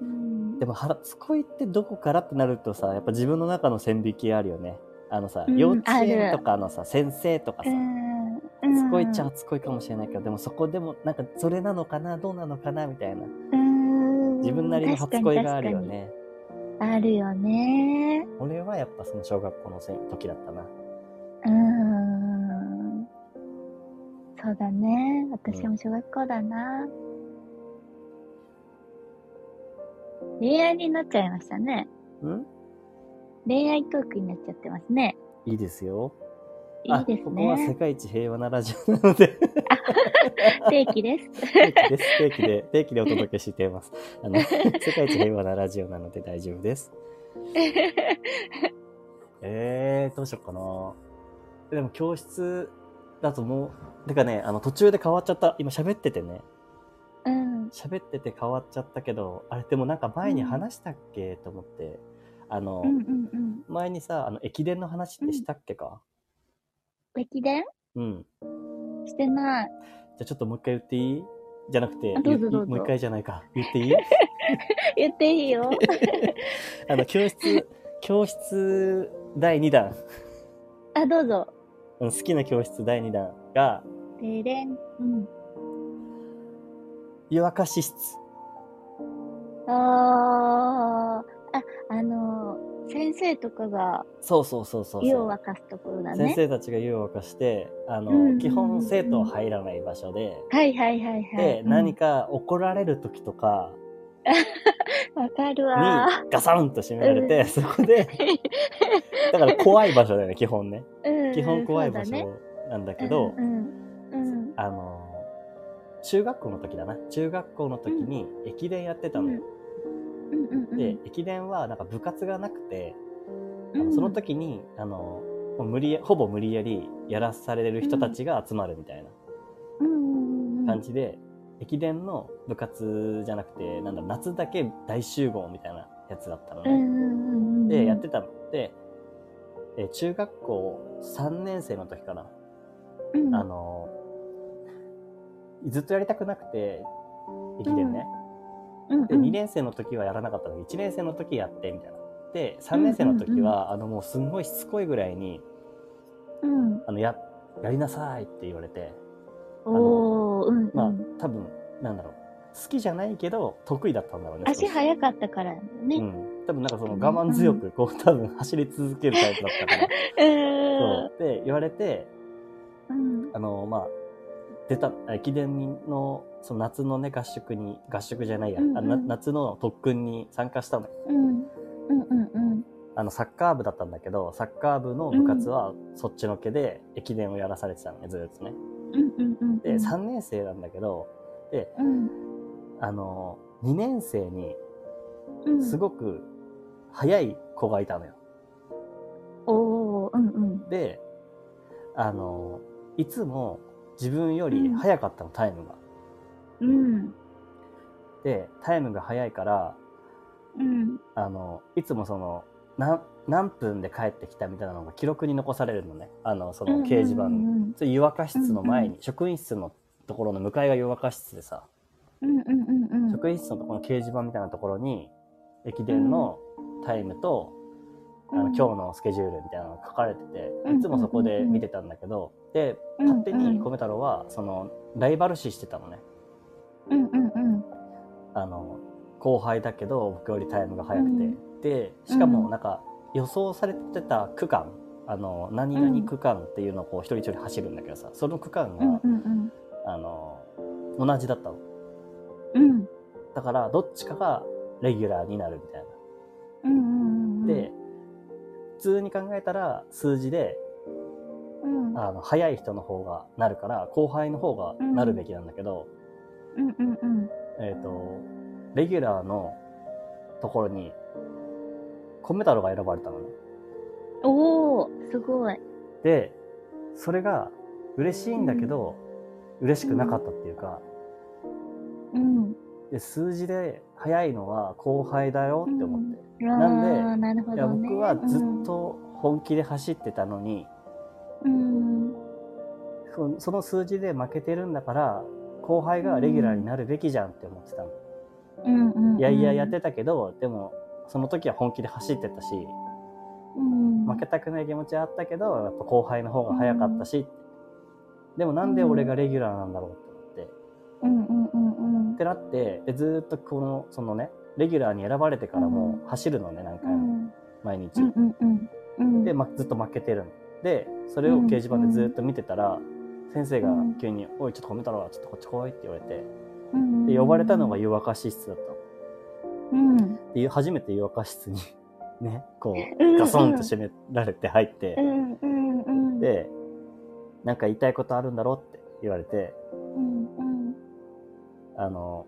B: うん。
A: でも初恋ってどこからってなるとさやっぱ自分の中の線引きあるよねあのさ、
B: うん
A: 幼稚園とかのさ先生とかさ、
B: うん。
A: 初恋っちゃ
B: う。
A: 初恋かもしれないけどでもそこでもなんかそれなのかなどうなのかなみたいなん自分なりの初恋があるよね
B: 確かに。確かにあるよね。
A: 俺はやっぱその小学校のせ時だったな
B: うん。そうだね。私も小学校だな。恋愛になっちゃいましたね。
A: うん
B: 恋愛トークになっちゃってますね。
A: いいですよ
B: いいです
A: あここは世
B: ね。
A: 界一平和なラジオなの で
B: 不定期です。
A: 定期です定期で定期でお届けしていますあ の世界一平和なラジオなので大丈夫ですえー、どうしようかな。でも教室だともう、てかね、あの途中で変わっちゃった。今喋っててね。
B: うん。
A: 喋ってて変わっちゃったけど、あれでもなんか前に話したっけ、と思って。あの、
B: うんうんうん。
A: 前にさ、あの駅伝の話ってしたっけか、
B: 駅伝
A: うん、
B: してない。
A: じゃあちょっともう一回言っていいじゃなくて、
B: あどうぞ
A: ゆ
B: どうぞ
A: もう一回じゃないか。言っていい
B: 言っていいよ。
A: あの、教 室、教室第2弾。
B: あ、どうぞ。
A: あの好きな教室第2弾が、
B: てれん。うん。
A: 湯沸かし室。
B: あーあ、あのー先生とかが
A: そうそうそうそうそう。
B: 湯を沸かすところだ
A: 先
B: ね。
A: 生たちが湯を沸かしてあの、
B: うんうんうん
A: 基本生徒は入らない場所で、
B: はいはいはいはい。
A: で、
B: うん
A: 何か怒られる時とか
B: わかる
A: に
B: わ。
A: ガサンと閉められて、
B: うん
A: そこ でだから怖い場所だよね基本ね
B: うん
A: 基本怖い場
B: そうだね
A: 所なんだけど、
B: うんうん
A: あの中学校の時だな中学校の時に駅伝やってたのよ、
B: うんうんうんうん
A: で駅伝はなんか部活がなくて、あ
B: う
A: の
B: ん
A: その時にあのもう無理やほぼ無理やりやらされる人たちが集まるみたいな。
B: うんうんうん
A: 感じで、駅伝の部活じゃなくてなんだ夏だけ大集合みたいなやつだったの
B: うんう
A: ね、
B: んうんうん
A: でやってたので、えー中学校3年生の時かな、
B: うん
A: あのーずっとやりたくなくて駅伝ね、
B: うんうん
A: で2年生の時はやらなかったのに1年生の時やってみたいなで3年生の時は、あのもうすんごいしつこいぐらいに
B: うん
A: あのややりなさいって言われて
B: おーうんうん
A: まあ、多分なんだろう好きじゃないけど得意だったんだろうね
B: 足
A: 少し
B: 早かったからだよね
A: う。ん、多分なんかその我慢強くこう多分走り続けるタイプだったから
B: う
A: そ
B: ん
A: うで言われて
B: うん
A: あのまあ出た駅伝のその夏のね合宿に合宿じゃないや、
B: うんうん
A: あのな夏の特訓に参加したの
B: うんうんうんうん
A: あのサッカー部だったんだけどサッカー部の部活はそっちのけで駅伝をやらされてたのねずーっとね
B: うんうんうん
A: で3年生なんだけど
B: うん
A: あの2年生に
B: うん
A: すごく速い子がいたのよ
B: おーうんうん
A: であのいつも自分より早かったの、タイムが。
B: うん
A: でタイムが早いから
B: うん
A: あのいつもその何何分で帰ってきたみたいなのが記録に残されるのねあのその掲示板
B: う
A: に。
B: ん
A: それ湯沸か室の前に、
B: うん
A: 職員室のところの向かいが湯沸か室でさ、
B: うんうんうんうん
A: 職員室のところの掲示板みたいなところに駅伝のタイムと、あの
B: うん
A: 今日のスケジュールみたいなのが書かれてて、
B: うん
A: いつもそこで見てたんだけど、で
B: うん
A: 勝手に米太郎はそのライバル視してたのね
B: うんうんうん
A: あの後輩だけど僕よりタイムが早くて、
B: うん
A: でしかもなんか予想されてた区間あの何々区間っていうのをこう一人一人走るんだけどさその区間が、
B: うんうん
A: あの同じだったの
B: うんうん
A: だからどっちかがレギュラーになるみたいな
B: うんうんうんうん。
A: で、普通に考えたら数字で、
B: うん、
A: あの、早い人の方がなるから、後輩の方がなるべきなんだけど、
B: うんうんうん。
A: えっ、と、レギュラーのところに、米太郎が選ばれたのね。
B: おー、すごい。
A: で、それが嬉しいんだけど、嬉しくなかったっていうか、
B: うん。
A: で数字で早いのは後輩だよって思って。
B: なん
A: で
B: なるほ
A: いや、
B: ど、ね。
A: 僕はずっと本気で走ってたのに、
B: うん、うん。
A: そその数字で負けてるんだから、後輩がレギュラーになるべきじゃんって思ってたの。
B: うんうんうん。
A: いやいややってたけど、でも、その時は本気で走ってたし、
B: うん、
A: 負けたくない気持ちはあったけど、やっぱ後輩の方が早かったし、でもなんで俺がレギュラーなんだろうって思って。
B: うんうんうんうん
A: ってなって、でずーっとこの、そのね、レギュラーに選ばれてからも走るのね、何
B: う
A: 回も、
B: ん
A: 毎日
B: う。んうんうんうん
A: で、ま、ずっと負けてるの。で、それを掲示板でずーっと見てたら、先生が急に、おい、ちょっと褒めたろ、ちょっとこっち来いって言われて、
B: うん
A: で、呼ばれたのが湯沸かし室だったの。
B: うん
A: で、初めて湯沸かし室に、 ね、こ
B: うん
A: う、ガソンと閉められて入って、
B: うんうんうん
A: で、なんか言いたいことあるんだろうって言われて、
B: うんうん
A: あの、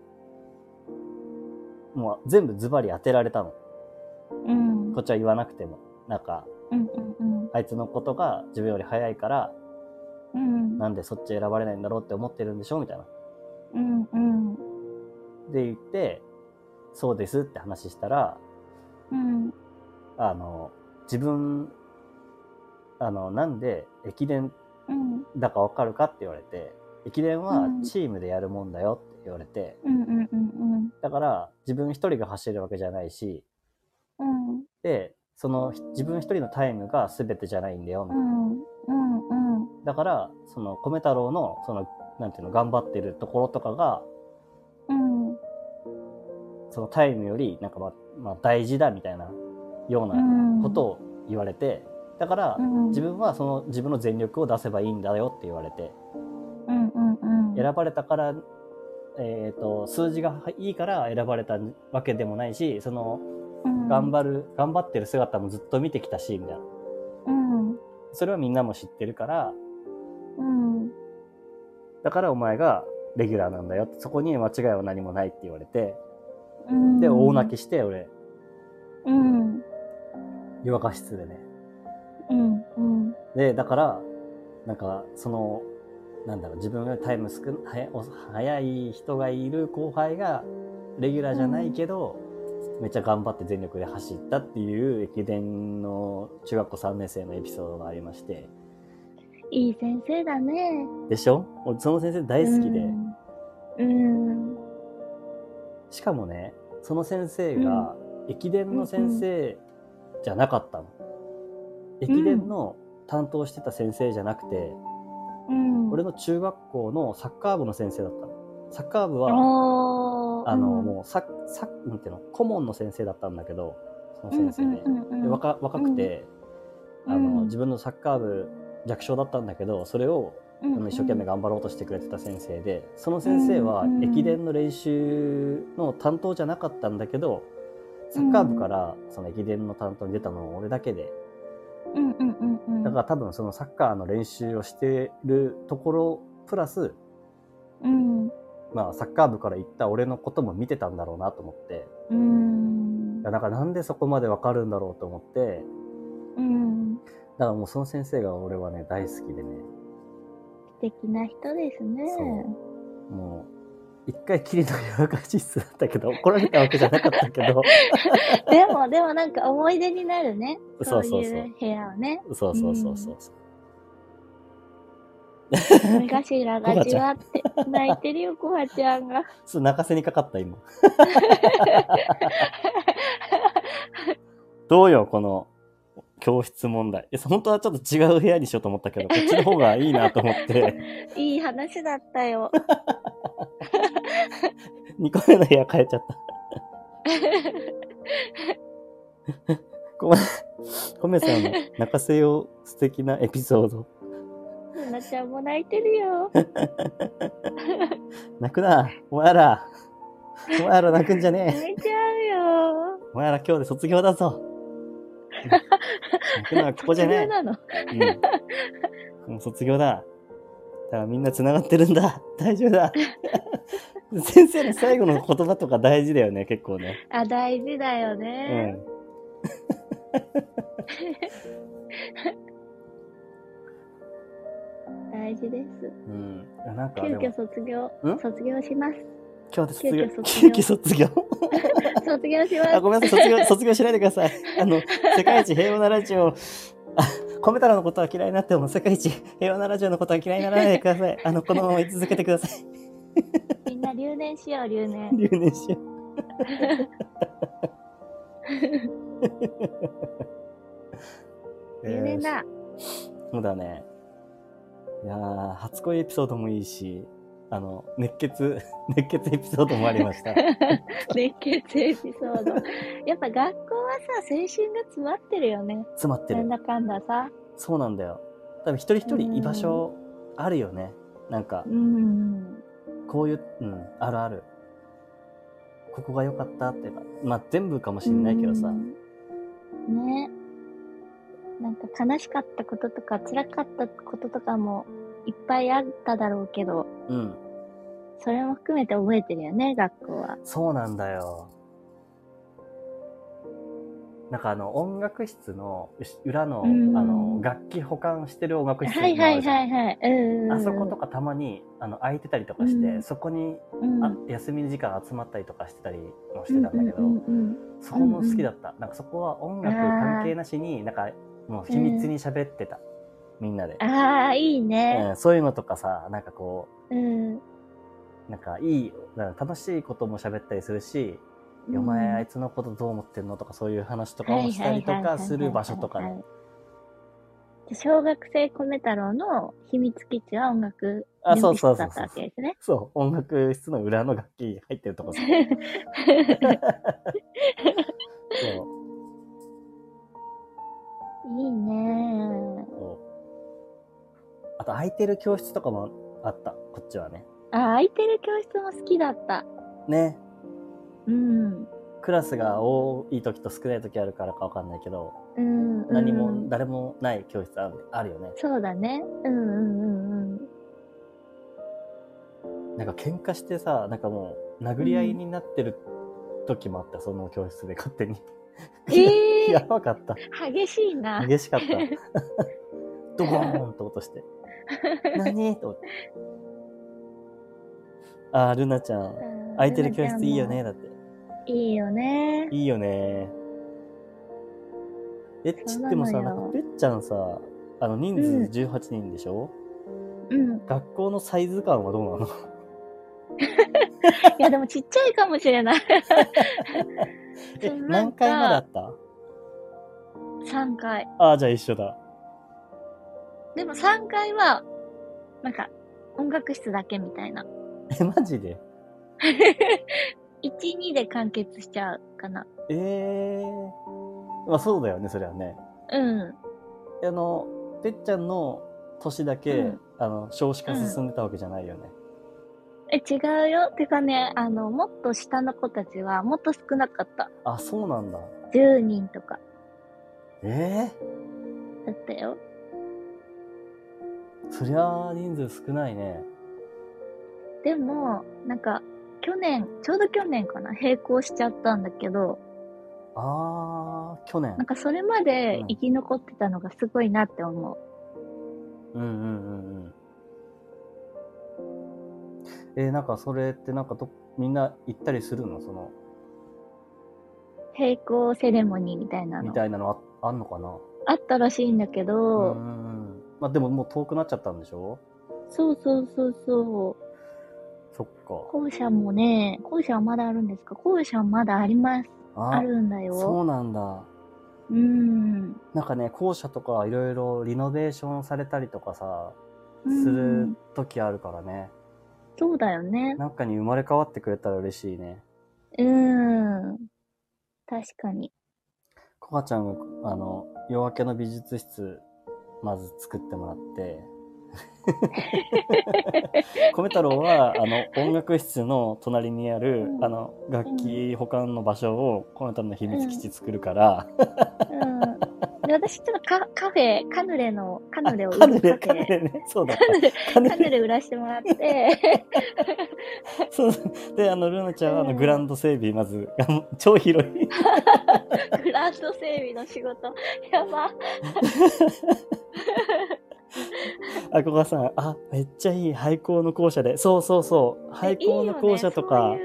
A: もう全部ズバリ当てられたの。
B: うん
A: こっちは言わなくても。なんか、
B: うんうんうん
A: あいつのことが自分より早いから、
B: うん
A: なんでそっち選ばれないんだろうって思ってるんでしょみたいな。
B: うんうん
A: で言って、そうですって話したら、
B: うん
A: あの、自分、あの、なんで駅伝
B: うん
A: だかわかるかって言われて、駅伝は
B: うん
A: チームでやるもんだよって言われて、
B: うんうんうん
A: だから自分一人が走るわけじゃないし、
B: うん
A: で、その自分一人のタイムが全てじゃないんだよ、みたいな
B: うんうんうん
A: だから、その、米太郎の、その、なんていうの、頑張ってるところとかが、
B: うん
A: そのタイムより、なんかまあ、まあ、大事だみたいな、ような
B: うん
A: ことを言われて、だから
B: う、ん
A: 自分はその、自分の全力を出せばいいんだよって言われて、
B: うんうんうん
A: 選ばれたから、えっ、と、数字がいいから選ばれたわけでもないし、その、
B: うん
A: 頑張る、頑張ってる姿もずっと見てきたし、みたいな。
B: うん
A: それはみんなも知ってるから、
B: うん
A: だからお前がレギュラーなんだよって、そこに間違いは何もないって言われて、
B: うん
A: で、大泣きして、俺、
B: うん
A: 湯沸かし室でね。
B: うんうん
A: で、だから、なんか、その、なんだろう、自分がタイム少な、早お早い人がいる後輩が、レギュラーじゃないけど、めっちゃ頑張って全力で走ったっていう駅伝の中学校3年生のエピソードがありまして。
B: いい先生だね
A: でしょ俺その先生大好きで。
B: うん
A: しかもね、その先生が、駅伝の先生じゃなかったの。駅伝の担当してた先生じゃなくて、
B: うん
A: 俺の中学校のサッカー部の先生だったの。サッカー部は、
B: あー
A: あの、
B: うん
A: もう、サッ、サッ、なんていうの、顧問の先生だったんだけど、その先生ね。
B: うんうんうんうん
A: で若若くて、
B: うん
A: あ
B: う
A: の、
B: ん
A: 自分のサッカー部弱小だったんだけど、それを、
B: う
A: あ
B: んうん
A: の一生懸命頑張ろうとしてくれてた先生で、その先生は
B: うんうん
A: 駅伝の練習の担当じゃなかったんだけど、サッカー部からその駅伝の担当に出たのは俺だけで、
B: うんうんうんうん
A: だから多分そのサッカーの練習をしてるところ、プラス、
B: うん
A: まあ、サッカー部から行った俺のことも見てたんだろうなと思って、
B: うん
A: だからなんでそこまでわかるんだろうと思って、
B: うん
A: だからもうその先生が俺はね、大好きでね、
B: 素敵な人ですね
A: そうもう、一回きりの夜が室だったけど、怒られたわけじゃなかったけ ど、
B: でも でもなんか思い出になるね
A: そう
B: そ
A: そううそう
B: いう部屋を ね
A: そうそうそうそう。
B: 目頭がじわって泣いてるよコハちゃん が
A: そう、泣かせにかかった 今。どうよ、この教室問題。いや、本当はちょっと違う部屋にしようと思ったけど、こっちの方がいいなと思って、
B: いい話だったよ
A: 2個目の部屋変えちゃった。ごめん、ごめんさんの泣かせよう素敵なエピソード。
B: ルナちゃんも泣いてるよ
A: 泣くな、お前ら。お前ら泣くんじゃねえ。
B: 泣いちゃうよ
A: お前ら今日で卒業だぞ。行くのはここじゃない。
B: なの
A: うん、もう卒業だ。だからみんな繋がってるんだ。大丈夫だ。先生の最後の言葉とか大事だよね、結構ね。
B: あ、大事だよ
A: う
B: ね。
A: ん。
B: 大事です。
A: うん。いやなんか
B: 急
A: で
B: 遽
A: も、
B: 卒業
A: ん、
B: 卒業します。
A: 今日で卒業。急
B: 急
A: 遽
B: 遽
A: 卒業。
B: 卒業し
A: あ、
B: ま
A: ごめんなさい、卒業、卒業しないでください。あの、世界一平和なラジオ、あ、コメ太郎のことは嫌いになっても、世界一平和なラジオのことは嫌いにならないでください。あの、このまま居続けてください。
B: す。みんな留年しよう、留年。
A: 留年しよ う。
B: 留年
A: えー
B: だ。
A: そうだね。いやー、初恋エピソードもいいし、あの、熱血、熱血エピソードもありました。
B: 熱血エピソード。やっぱ学校はさ、青春が詰まってるよね。
A: 詰まって
B: な
A: る
B: ん。だかんださ。
A: そうなんだよ。多分一人一人居場所あるよね。なんか
B: う、ん。
A: こういう、うん、あるある。ここが良かったってば。まあ、全部かもしれないけどさ。
B: うん。ね。なんか悲しかったこととか、辛かったこととかもいっぱいあっただろうけど、
A: うん。
B: それも含めて覚えてるよね、学校は。
A: そうなんだよ。なんかあの、音楽室のうし裏の、あ
B: うん
A: の、楽器保管してる音楽室の
B: はいはいはいはい。うん。
A: あそことかたまにあの空いてたりとかして、
B: うん
A: そこに
B: うん、
A: あ、休み時間集まったりとかしてたりもしてたんだけど、
B: うんうんうん
A: そこも好きだった、なんかそこは音楽関係なしになんかもう秘密に喋ってた、みんなで
B: うん、ああ、いいね。
A: うん、そういうのとかさなんかこ
B: うん。
A: うなんかいいなんか楽しいことも喋ったりするし、いやお前あいつのことどう思ってんのとかそういう話とかもしたりとかする場所とかね。
B: で小学生米太郎の秘密基地は音楽
A: あそうそうそ
B: だ
A: う
B: っ
A: そ
B: た
A: う
B: わけですね。
A: そう音楽室の裏の楽器入ってるとこ さそう
B: いいね。
A: そうあと空いてる教室とかもあった、こっちはね。
B: あ、空いてる教室も好きだった。
A: ね。
B: うん。
A: クラスが多い時と少ない時あるからかわかんないけど、
B: うん、うん。
A: 何も、誰もない教室あるあるよね。
B: そうだね。うんうんうんうん。
A: なんか喧嘩してさ、なんかもう殴り合いになってる時もあった、その教室で勝手に。
B: え え
A: やばかった。
B: ー、激しいな。
A: 激しかった。ドゴーンと落として。何と思って。あ ー、ルナちゃん。
B: うん
A: 空いてる教室いいよね、。だって。
B: いいよね。
A: いいよね。エッチってもさ、
B: そう
A: な
B: なのよ
A: んかぺっちゃんさ、あの人
B: うん
A: 数18人でしょ、
B: うん。い
A: 学校のサイズ感はどう なの
B: や、でもちっちゃいかもしれない。
A: え、
B: そうな
A: 何
B: んか
A: 回まであった
B: 3回。
A: ああ、じゃあ一緒だ。
B: でも3階は、なんか、音楽室だけみたいな。
A: え、マジで
B: 1、2で完結しちゃうかな。
A: ええまあそうだよね、それはね。
B: うん。
A: あの、ぺっちゃんの年だけ、
B: うん
A: あの、少子化進んでたわけじゃないよね。
B: え、違うよ。てかね、あの、もっと下の子たちは、もっと少なかった。
A: あ、そうなんだ。
B: 10人とか
A: え
B: だったよ。
A: えそりゃあ人数少ないね。
B: でも、なんか、去年、ちょうど去年かな、並行しちゃったんだけど、
A: ああ、去年
B: なん。かそれまで
A: うん
B: 生き残ってたのがすごいなって思う。
A: うんうんうんうん。えーなんかそれってなんかとみんな行ったりするのその
B: 並行セレモニーみたいな
A: み
B: の。
A: たいなのああんのかな
B: あったらしいんだけ
A: う
B: ど、
A: んうんうんまあでももう遠くなっちゃったんでしょ
B: そうそうそうそう。
A: そっか
B: 校舎もね、校舎はまだあるんですか校舎はまだあります。
A: あ
B: あるんだ
A: そ
B: よ。
A: うなんだ
B: うん。
A: なんかね校舎とかいろいろリノベーションされたりとかさ
B: うん
A: する時あるからね、
B: そうだよね。
A: なんかに生まれ変わってくれたら嬉しいね
B: うん。確かに。
A: コカちゃんがあの夜明けの美 術室まず作ってもらって米太郎は、あの、音楽室の隣にある、
B: うん
A: あの、楽器保管の場所を、米太郎の秘密基地作るから、
B: うん。で私、ちょっとカカフェ、カヌレの、カヌレを売
A: カヌ
B: る
A: レ、
B: カ
A: カ
B: フ
A: ヌ
B: ェ。
A: レね、そうだっ
B: カヌレ、
A: た。カヌ
B: カヌ
A: レ、
B: レ売らしてもらって、
A: そうそう。で、あの、ルナちゃんは、あ
B: う
A: の、
B: ん
A: グラウンド整備、まず、がん超広い。
B: グラウンド整備の仕事。やば。
A: あこがさん、あ、めっちゃいい、廃校の校舎で。そうそうそう。廃校の校舎とか、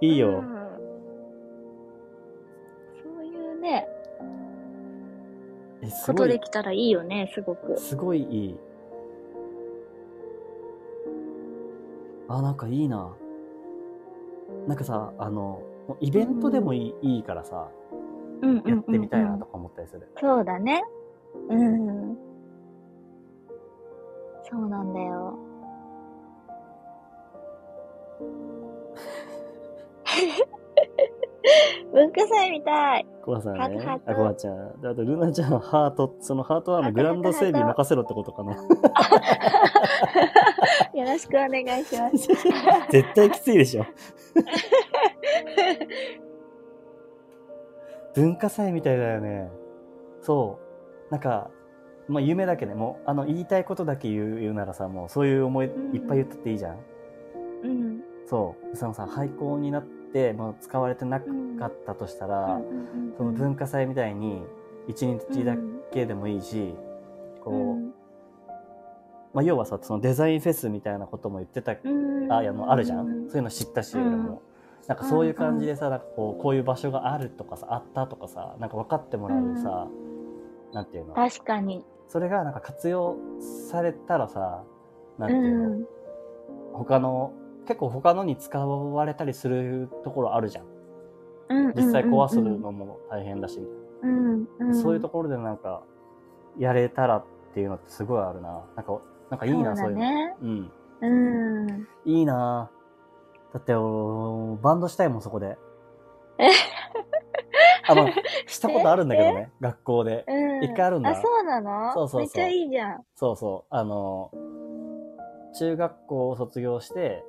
A: いい
B: いい
A: よ。
B: よね。そういううんそういうね、
A: えす
B: こ
A: ご
B: と
A: い
B: で、きたらいいよね、すごく。
A: すごいいい。あ、なんかいいな。なんかさ、あの、もうイベントでもいい,、いいからさ、
B: うんうんうんうん
A: やってみたいなとか思ったりする。
B: そうだね。うん。そうなんだよ。文化祭みたい。
A: コバさん
B: ハートハ
A: ね
B: ー。ト
A: あ、コバちゃん。であと、ルナちゃんはハート、そのハートはあのグラウンド整備
B: ハート
A: 任せろってことかな。
B: よろしくお願いします。
A: 絶対きついでし ょ。文化祭みたいだよね。そう。なんか、まあ、夢だけね、もう、あの、言いたいことだけ言う言うならさ、もう、そういう思い、
B: んうん
A: いっぱい言ったっていいじゃん。
B: うん。
A: そう。そのさ、廃校になって、もう使われてなかったとしたら、その文化祭みたいに、一日だけでもいいし、こう、まあ、要はさ、そのデザインフェスみたいなことも言ってた
B: うん。
A: あいやもうあるじゃん、
B: うん
A: そういうの知ったし、
B: うん
A: 俺もなんかそういう感じでさなんかこうこういう場所があるとかさあったとかさなんか分かってもらえるさ、なんていうの
B: 確かに。
A: それがなんか活用されたらさなん
B: う
A: ていうの、
B: ん。
A: 他の結構他のに使われたりするところあるじゃん
B: うん
A: 実際壊すのも大変だし、みたい
B: うん。う。
A: なんそういうところでなんかやれたらっていうのってすごいあるななんかなんかいいなそう
B: そうだ
A: いうの
B: ね。
A: うん
B: うん。
A: いいなだって俺バンドしたいもんそこで
B: え
A: あまあしたことあるんだけどね学校で
B: うん。
A: 一回あるんだ
B: あ、そうなの
A: そうそうそう
B: めっちゃいいじゃん。
A: そうそうあの中学校を卒業して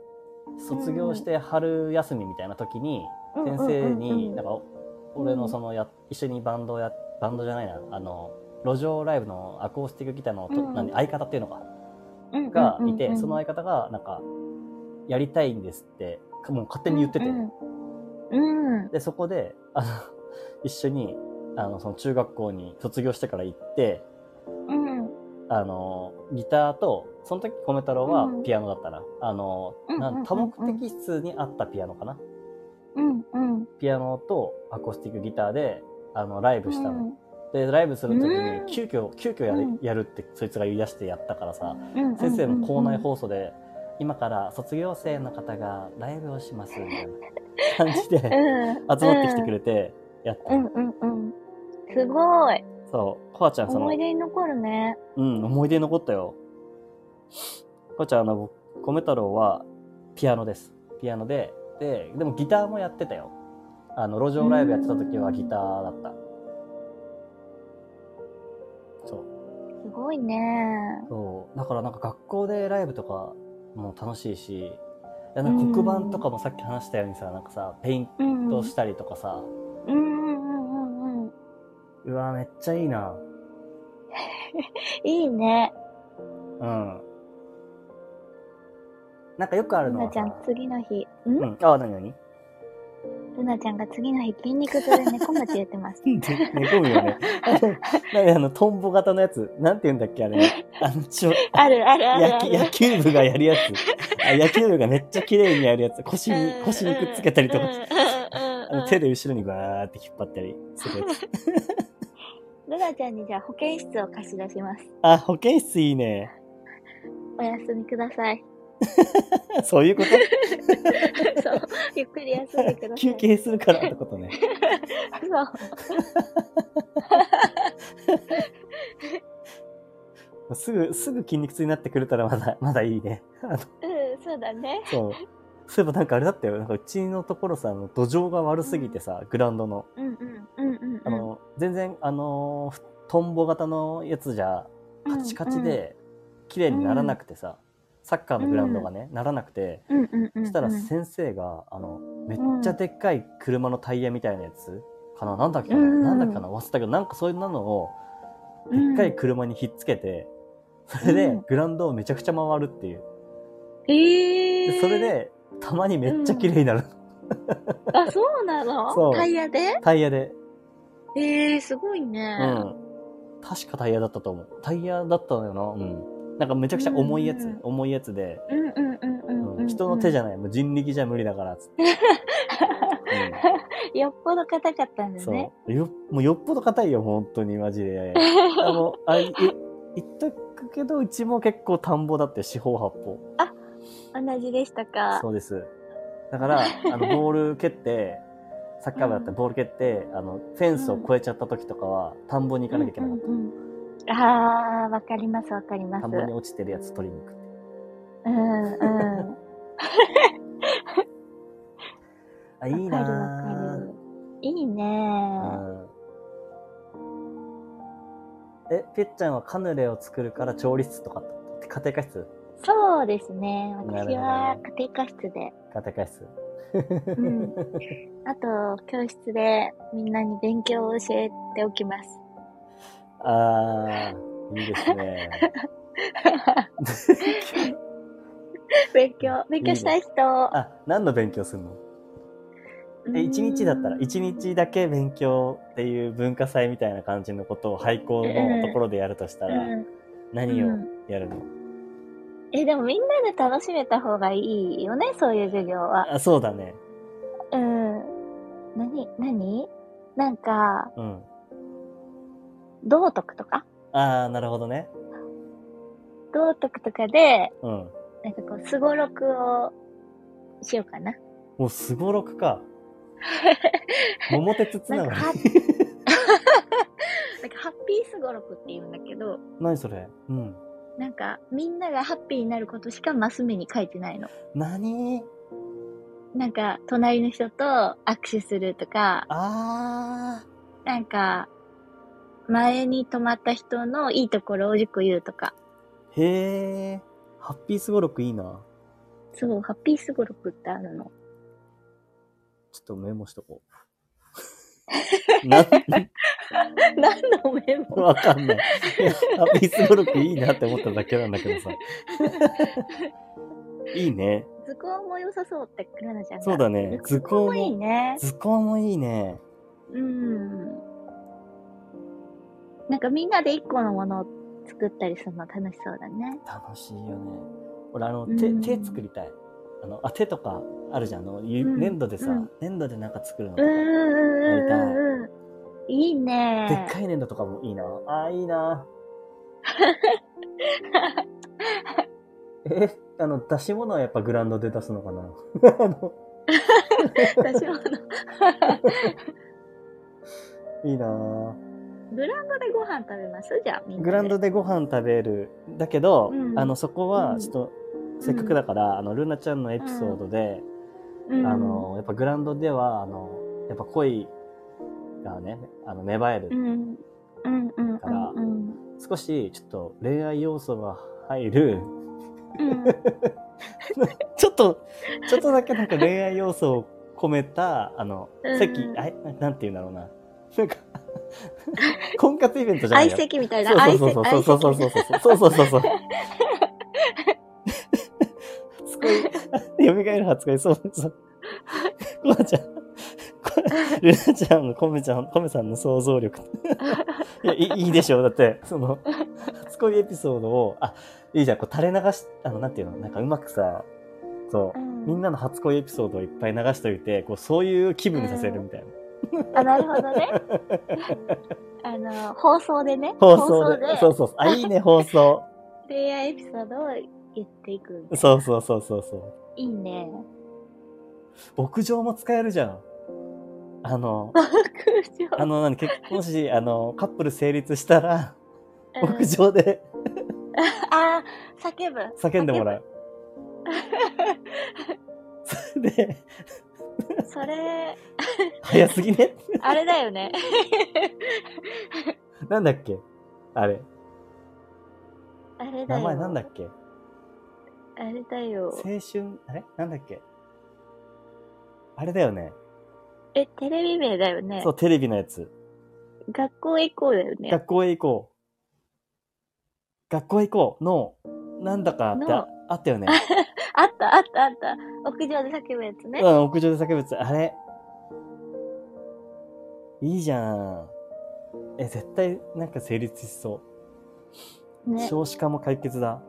A: 卒業して春休みみたいな時に、
B: うんうん
A: 先
B: うん
A: 生に
B: うん
A: なんかお俺のそのや一緒にバンドをやバンドじゃないなあの路上ライブのアコースティックギターのと、
B: うん
A: 何相方っていうのか
B: うん
A: が
B: うんうんう
A: い
B: ん
A: て、その相方がなんかやりたいんですってかもう勝手に言ってて、
B: うんうん。うん
A: でそこであの 一緒にあのその中学校に卒業してから行って
B: うん。
A: あのギターとその時米太郎は
B: うん
A: ピアノだったな、あの
B: うん
A: な
B: うんうんうん
A: 多目的室にあったピアノかな
B: うん。うん。
A: ピアノとアコースティックギターであのライブした
B: う
A: の、
B: ん
A: でライブする時
B: う
A: に
B: ん
A: 急遽急遽やる,、
B: うん
A: やるってそいつが言い出してやったからさ
B: うんうん
A: 先生も校内放送で、今から卒業生の方がライブをしますみたいな感じで 集まってきてくれてやった
B: う
A: の、
B: んうんうん。すごい。
A: そうコアちゃんその
B: 思い出に残るね。
A: うん、思い出に残ったよ。こうちゃん、あの、僕米太郎はピアノです。ピアノで、で、でもギターもやってたよ。あの、路上ライブやってた時はギターだった。そう。
B: すごいね。
A: そう。だからなんか学校でライブとかも楽しいし、いやなんか黒板とかもさっき話したようにさ、なんかさ、ペイン
B: うん。
A: トしたりとかさ、
B: うんうんうんうんうん。
A: うわ、めっちゃいいな。
B: いいね。
A: うん。なんかよくある
B: ル
A: の
B: ナ
A: は
B: ち
A: さ
B: ゃ、ん、次の日。
A: うんん、あ、なになに
B: ルナちゃんが次の日、筋肉痛で猫町言ってます。
A: で寝込むよね。 なんかあの、トンボ型のやつ。なんて言うんだっけあれ。あの、ちょ、
B: あるあるあるあ
A: 野球
B: る
A: 野。球部がやるやつ。あ野球部がめっちゃ綺麗にやるやつ。腰に
B: う、ん
A: 腰にくっつけたりとかあ
B: う、んうんうん
A: の手で後ろにバーって引っ張ったりするやつ。
B: ルナちゃんにじゃあ保健室を貸し出します。
A: あ、保健室いいね。
B: お休みください。
A: そういうこと
B: そう。ゆっくり休んでください。
A: 休憩するからってことね。
B: そう。
A: すぐ、すぐ筋肉痛になってくれたらまだ、まだいいね。あの
B: うん、そうだね。
A: そう。そういえばなんかあれだったよ。なんかうちのところさ、あの土壌が悪すぎてさ、グラウンドの。
B: うんうんうんうんうん。
A: あの、全然、あの、ふトンボ型のやつじゃ、カチカチで、綺麗にならなくてさ、サッカーのグラウンドがね、ならなくて、
B: うんうんうん。
A: そしたら
B: うん
A: 先生が、あの、めっちゃでっかい車のタイヤみたいなやつかななんだっけな、
B: うん
A: なんだっけな忘れたけど、なんかそういうのを、でっかい車にひっつけて、それ
B: う
A: で
B: ん
A: グラウンドをめちゃくちゃ回るっていう。
B: ええ
A: でそれ。で、たまにめっちゃ綺麗になる。
B: あ、そうなの
A: そう
B: タイヤで
A: タイヤで。
B: ええすごいね。
A: うん。確かタイヤだったと思う。タイヤだったのよな。うん。なんかめちゃくちゃ重いやつ、
B: うん
A: 重いやつで、
B: うんうんうんう
A: うんん
B: うん、うん。
A: 人の手じ
B: ゃ。
A: ゃない、もう人力じゃ無理だから、 つって。
B: よっぽど硬かったん
A: うん
B: だ
A: そ
B: ね。
A: う。よ、もうよっぽど硬いよ、本当に、マジで。 あの、あ、い、言っとくけど、うちも結構田んぼだって、四方八方。
B: 同じでしたか。
A: そうです。だから、 あの、ボール蹴って、サッカー部だったらボール蹴って、あの、フェンスを越えちゃった時とかは、田んぼに行かなきゃいけなかった。
B: うんうんうんああ、わかりますわかります。
A: 田んぼに落ちてるやつ取りに行く。
B: うんうん。
A: あ、いい
B: わかるわか
A: な
B: る。いいね
A: ぁうんえ、ぴっちゃんはカヌレを作るから調理室とかって家庭科室
B: そうですね。私
A: な
B: は
A: る
B: 家庭科室 で、
A: 家庭科室。
B: んあと教室でみんなに勉強を教えておきます。
A: あー、いいですね。
B: 勉強、勉強したい人。
A: あ、何の勉強するの
B: うん
A: え、一日だったら、一日だけ勉強っていう文化祭みたいな感じのことを廃校のところでやるとしたら、
B: うん
A: 何をやるの、
B: え、でもみんなで楽しめた方がいいよね、そういう授業は。
A: あ、そうだね。
B: うん。何何なんか、
A: うん。
B: 道徳とか
A: あー、なるほどね。
B: 道徳とかで、
A: うん。
B: なんかこう、すごろくをしようかな。
A: もうすごろく か。桃鉄つな
B: な
A: んが
B: か
A: り。
B: ハッなんかハッピーすごろくって言うんだけど、
A: 何それうん。
B: なんかみんながハッピーになることしかマス目に書いてないの。
A: 何
B: なんか隣の人と握手するとか、
A: あ
B: なんか前に泊まった人のいいところを10個言うとか。
A: ー。へえ。ハッピースゴロクいいな。
B: そう、ハッピーすごろくってある の。
A: ちょっとメモしとこ う。な、
B: 何のメモ
A: わかんない。いやハッピースゴロクいいなって思っただけなんだけどさ。いいね。
B: 図工も良さそうって、クラナちゃんが。
A: そうだね。図工
B: もいい
A: も、
B: ね。
A: 図工もいいね。
B: うん。なんかみんなで一個のものを作ったりするの楽しそうだね。
A: 楽しいよね。俺、あの、手、
B: うん
A: 手作りたい。あの、あ、手とかあるじゃん。あの、ゆ
B: うん
A: 粘土でさ
B: うん、
A: 粘土でなんか作るの
B: う
A: と
B: ん
A: か。
B: うん
A: やり
B: うん
A: たい
B: うんうん。いいね。
A: でっかい粘土とかもいいな。あーいい な。え、あの、出し物はやっぱグラウンドで出すのかなあの
B: 私もあの
A: いいな
B: グラウンドでご飯食べますじゃあみんなで。
A: グラウンドでご飯食べる。だけど、
B: うん
A: あの、そこ
B: う
A: は、
B: ん
A: ちょっと、せっかくだから、あの、ルナちゃんのエピソードで、
B: うん、
A: あの、やっぱグラウンドでは、あの、やっぱ恋がね、あの、芽生える。
B: うん、うんうんうん
A: から
B: うん
A: 少し、ちょっと、恋愛要素が入る、
B: うん。
A: ちょっと、ちょっとだけなんか恋愛要素を込めた、あの、
B: うん
A: 席、あいなんて言うんだろうな。なんか、 婚活イベントじゃないよ。
B: 相席みたいな。相
A: そう
B: 席。
A: そうそうそうそうそうそうそうそうそうそうそう。初恋、蘇る初恋、そうそう。コナちゃん、コナルナちゃんのコメちゃん、コメさんの想像力。いやいい、いいでしょう。だって、その、初恋エピソードを、あ、いいじゃん、こう垂れ流し、あの、なんていうの、なんかうまくさ、そう
B: う、ん
A: みんなの初恋エピソードをいっぱい流しておいて、こう、そういう気分にさせるみたいな。
B: あ、なるほどね。 あの、放送でね。
A: 放送で、そ
B: 放
A: うそうそう。あ、いいね、放送。
B: 恋愛エピソードを言っていく。
A: そうそうそうそうそう。
B: いい ね。
A: 牧場も使えるじゃん。あ の、
B: 空
A: あの、何、結婚し、あの、カップル成立したら、
B: 場。
A: 牧場で
B: あー、叫ぶ。
A: 叫んでもらう。 それで、
B: 叫ぶ。それ、
A: 早すぎね
B: あれだ よね。
A: なんだっけあれ、
B: あれだよ。
A: 名前なんだっけ
B: あれだよ。
A: 青春、あれなんだっけあれだよね。
B: え、テレビ名だよね
A: そ。う、テレビのやつ。
B: 学校へ行こうだよね。
A: 学校へ行こう。学校へ行こうの、なんだかってあ
B: の
A: あったよね。
B: あったあったあった。屋上で叫ぶやつね
A: う。ん、屋上で叫ぶやつ。あれいいじゃん。え、絶対なんか成立しそ
B: ね
A: う。。少子化も解決だ。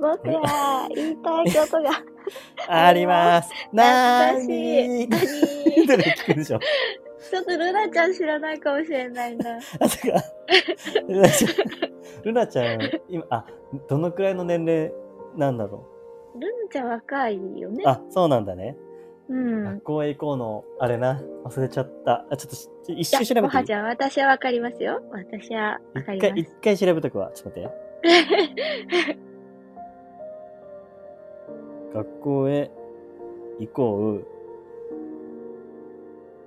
B: 僕は言いたいことが
A: あり ます。 なーに
B: 懐かしい。
A: どれ聞くでしょ
B: ちょっとルナちゃん知らないかもしれないな。
A: あ、てか、ルナちゃん、ルナちゃん、今、あ、どのくらいの年齢なんだろ
B: ルナちゃん若いよね
A: う。。あ、そうなんだね。
B: うん
A: 学。校へ行こうの、あれな、忘れちゃった。あ、ちょっとし、一
B: いや
A: 周調べて
B: ごは
A: み
B: ちゃん、私はわかりますよ。私はわか
A: 一
B: り
A: 回、
B: ま
A: 一回調べとくわ。ちょっと待ってよ。学校へ行こう。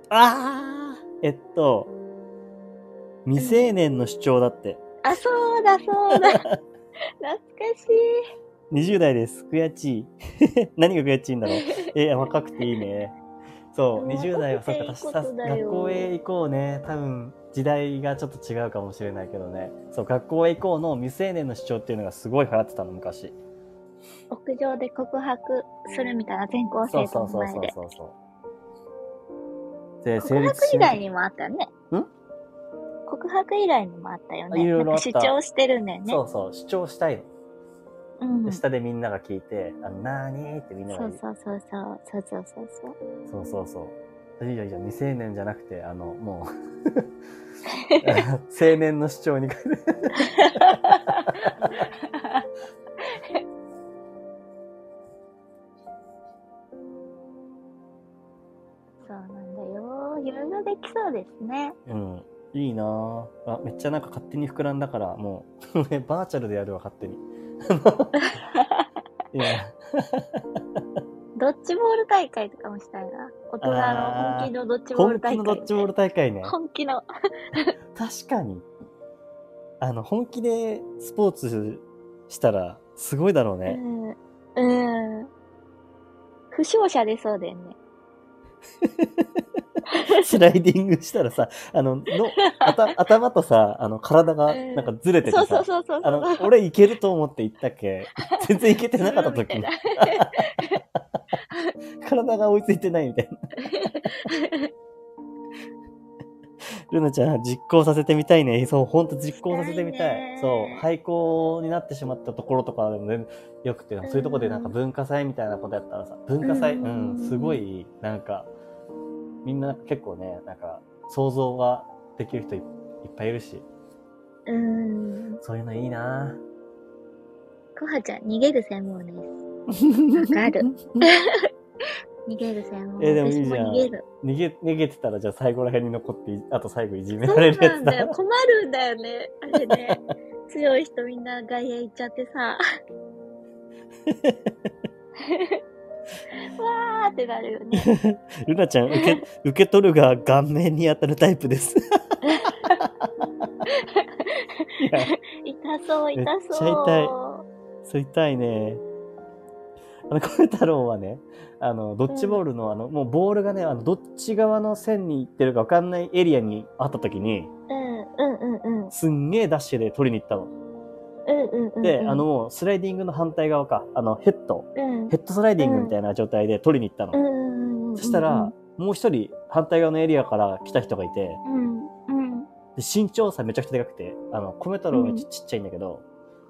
A: あーえっと、未成年の主張だって。
B: す。 あ、そうだ、そ うだ。懐かしい。
A: 20代です。悔しい。 何が悔しいんだろう。えー、若くていいね。そう、
B: うん
A: 20代はそうか、
B: 若くていい
A: さ
B: ことだよ
A: 学校へ行こうね。多分、時代がちょっと違うかもしれないけどね。そう、学校へ行こうの未成年の主張っていうのがすごい流行ってたの、昔。
B: 屋上で告白するみたいな全校
A: そ
B: 生
A: う
B: 徒
A: そう
B: の
A: そう
B: 前
A: そう
B: で。
A: そうそう。で、
B: 告
A: 成立
B: 白
A: し
B: 以
A: ない
B: 外にもあったよね。
A: ん
B: 告白以外にもあったよね。
A: いろいろあっ
B: なん
A: た
B: か主張してるんだよね。
A: そうそう、主張したいの。
B: うん。
A: で
B: そう
A: 下でみんなが聞いて、あの、なーにーってみんなが
B: そ
A: 言う
B: うそうそう。そうそうそうそう。
A: そうそうそう。いいじゃんいいじゃん未成年じゃなくて、あの、もう あの、青年の主張に変えて。
B: そうなんだよ。いろいろできそうですね。
A: うん。いいなぁ。あ、めっちゃなんか勝手に膨らんだから、もう、 ね、バーチャルでやるわ、勝手 に。いや、
B: ドッジボール大会とかもしたいな。大人の本気のドッジボー
A: 本
B: ル
A: 気
B: 大
A: の
B: 会。
A: ドッジボール大会ね。
B: 本気の。
A: 確かに。あの、本気でスポーツしたら、すごいだろう
B: う
A: ね。
B: ん。うん。負傷者出そうだよね。
A: スライディングしたらさ、あの、の、あ た頭とさ、あの、体がなんかずれてて
B: そうそ
A: さ
B: う、そうそう。
A: あの、俺いけると思って行ったっけ 全然いけてなかった時
B: みたいな
A: 体が追いついてないみたいな。ルナちゃん、実行させてみたいね。そう、ほんと実行させてみた
B: した
A: い。
B: いね
A: そう、廃校になってしまったところとかでもね、よくて、そういうとこでなんか文化祭みたいなことやったらさ、文化祭、
B: う
A: うんん、すごい、なんか、みんな結構ね、なんか、想像ができる人いいっぱいいるし、
B: うん。
A: そういうのいいな
B: コハちゃん、逃げる専門です。
A: ぁ。
B: わかる。逃げる専門。
A: えでもいいじゃん
B: 私も逃げる。
A: 逃げ、逃げてたら、じゃあ最後ら辺に残ってい、あと最後いじめ
B: そ
A: られ
B: う
A: るや
B: な
A: つ
B: ん
A: だ。
B: だよ。困るんだよね。あ れね。強い人みんな外野行っちゃってさ。わーってなるよね。
A: ルナちゃん、受け、受け取るが顔面に当たるタイプです。 いや、
B: 痛そう、痛
A: めっち
B: そう。
A: そう痛いね。あの、小太郎はね、あの、ドッジボールの、あの、もうボールがね、あの、どっち側の線に行ってるか分かんないエリアにあった時に、
B: うん、うん、うん、うん。
A: すんげえダッシュで取りに行ったの。
B: うん、うん、うん。
A: で、あの、、もうスライディングの反対側か、あの、ヘッド、
B: うん。
A: ヘッドスライディングみたいな状態で取りに行ったの。
B: うんうんうんうん
A: そしたら、、もう一人反対側のエリアから来た人がいて、
B: うん、うん。
A: で身長差めちゃくちゃでかくて、あの、米太郎めっちゃちっちゃいんだけど、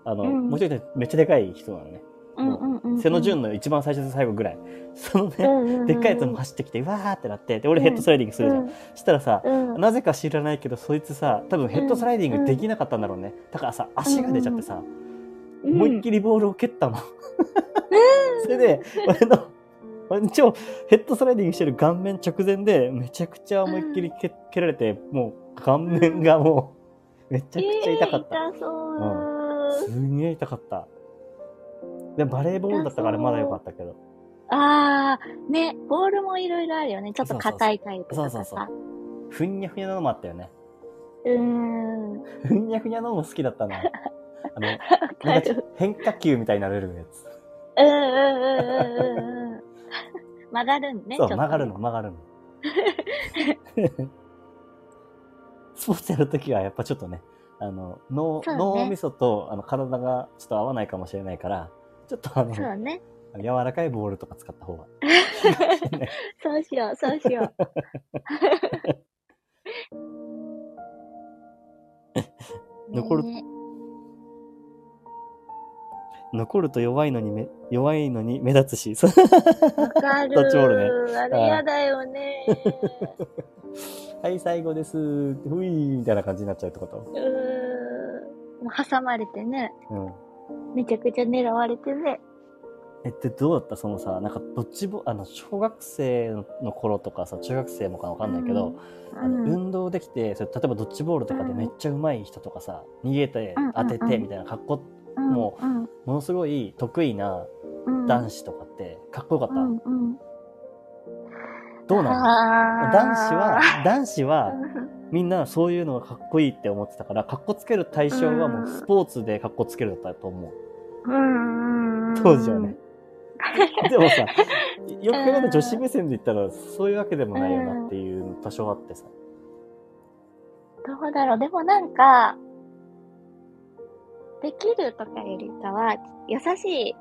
A: あの、
B: うん
A: もう一人めっちゃでかい人なのね。
B: うん、うん、うん。
A: 背の順の一番最初と最後ぐらい。その
B: うん、
A: ね、
B: うんうんうん。
A: でっかいやつも走ってきて、わーってなって、で、俺ヘッドスライディングするじゃん。したらさ、
B: うん、うん。
A: なぜか知らないけど、そいつさ、多分ヘッドスライディングできなかったんだろうね。だからさ、足が出ちゃってさ、思いっきりボールを蹴ったの。 それで、俺の、俺の超ヘッドスライディングしてる顔面直前で、めちゃくちゃ思いっきり蹴蹴られて、もう顔面がもう、めちゃくちゃ痛かった。
B: えー痛そう。
A: すんげえ痛かった。で、バレーボールだったからまだ良かったけど。
B: あー、ね、ボールもいろいろあるよね。ちょっと硬いタイプと
A: そ
B: か
A: う
B: さ。
A: そうそう。ふんにゃふにゃのもあったよね。
B: うーん。わ
A: ふんにゃふにゃのも好きだったな。あの、
B: か
A: なんかち
B: る。
A: 変化球みたいになれるやつ。
B: うんうんうんうんうんうん。曲がるん
A: そ
B: ね。
A: う、
B: ちょっとね
A: 曲がるの、。曲がるの。 スポーツやるときはやっぱちょっとね、あの、脳、
B: そうね
A: 脳みそとあの体がちょっと合わないかもしれないから、ちょっとあの、
B: そうね。
A: 柔らかいボールとか使った方が。
B: そうしよう、そうしよう。
C: 残る
B: ね
A: 残ると弱いのにめ、弱いのに目立つし、 そう
B: わかる。
A: ドッジボール
B: あれ嫌だよね。
A: はい、最後です。ふいーみたいな感じになっちゃうってこと。
B: うーん。もう挟まれてね。
A: うん。
B: めちゃくちゃ狙われてね。
A: え、ってどうだったそのさ、なんかどっちも、あの、小学生の頃とかさ、中学生もかわかんないけど、あの
B: うん。
A: 運動できてそれ例えばドッジボールとかで
B: うん
A: めっちゃ上手い人とかさ逃げて
B: うんうん
A: 当ててみたいな格好
B: うん
A: も
B: うん
A: ものすごい得意な
B: うん
A: 男子とかってかっこよかった、
B: うんうん。
A: どうなの
B: あー
A: 男子は男子は
B: うん
A: みんなそういうのがかっこいいって思ってたからかっこつける対象はもうスポーツでかっこつけるだったと思う
B: うんうんうん
A: 当時はね。でもさよく考えたら女子目線で言ったらそういうわけでもないよなっていう多少あってさ
B: どうだろう。でもなんか、できるとかよりかは、優しい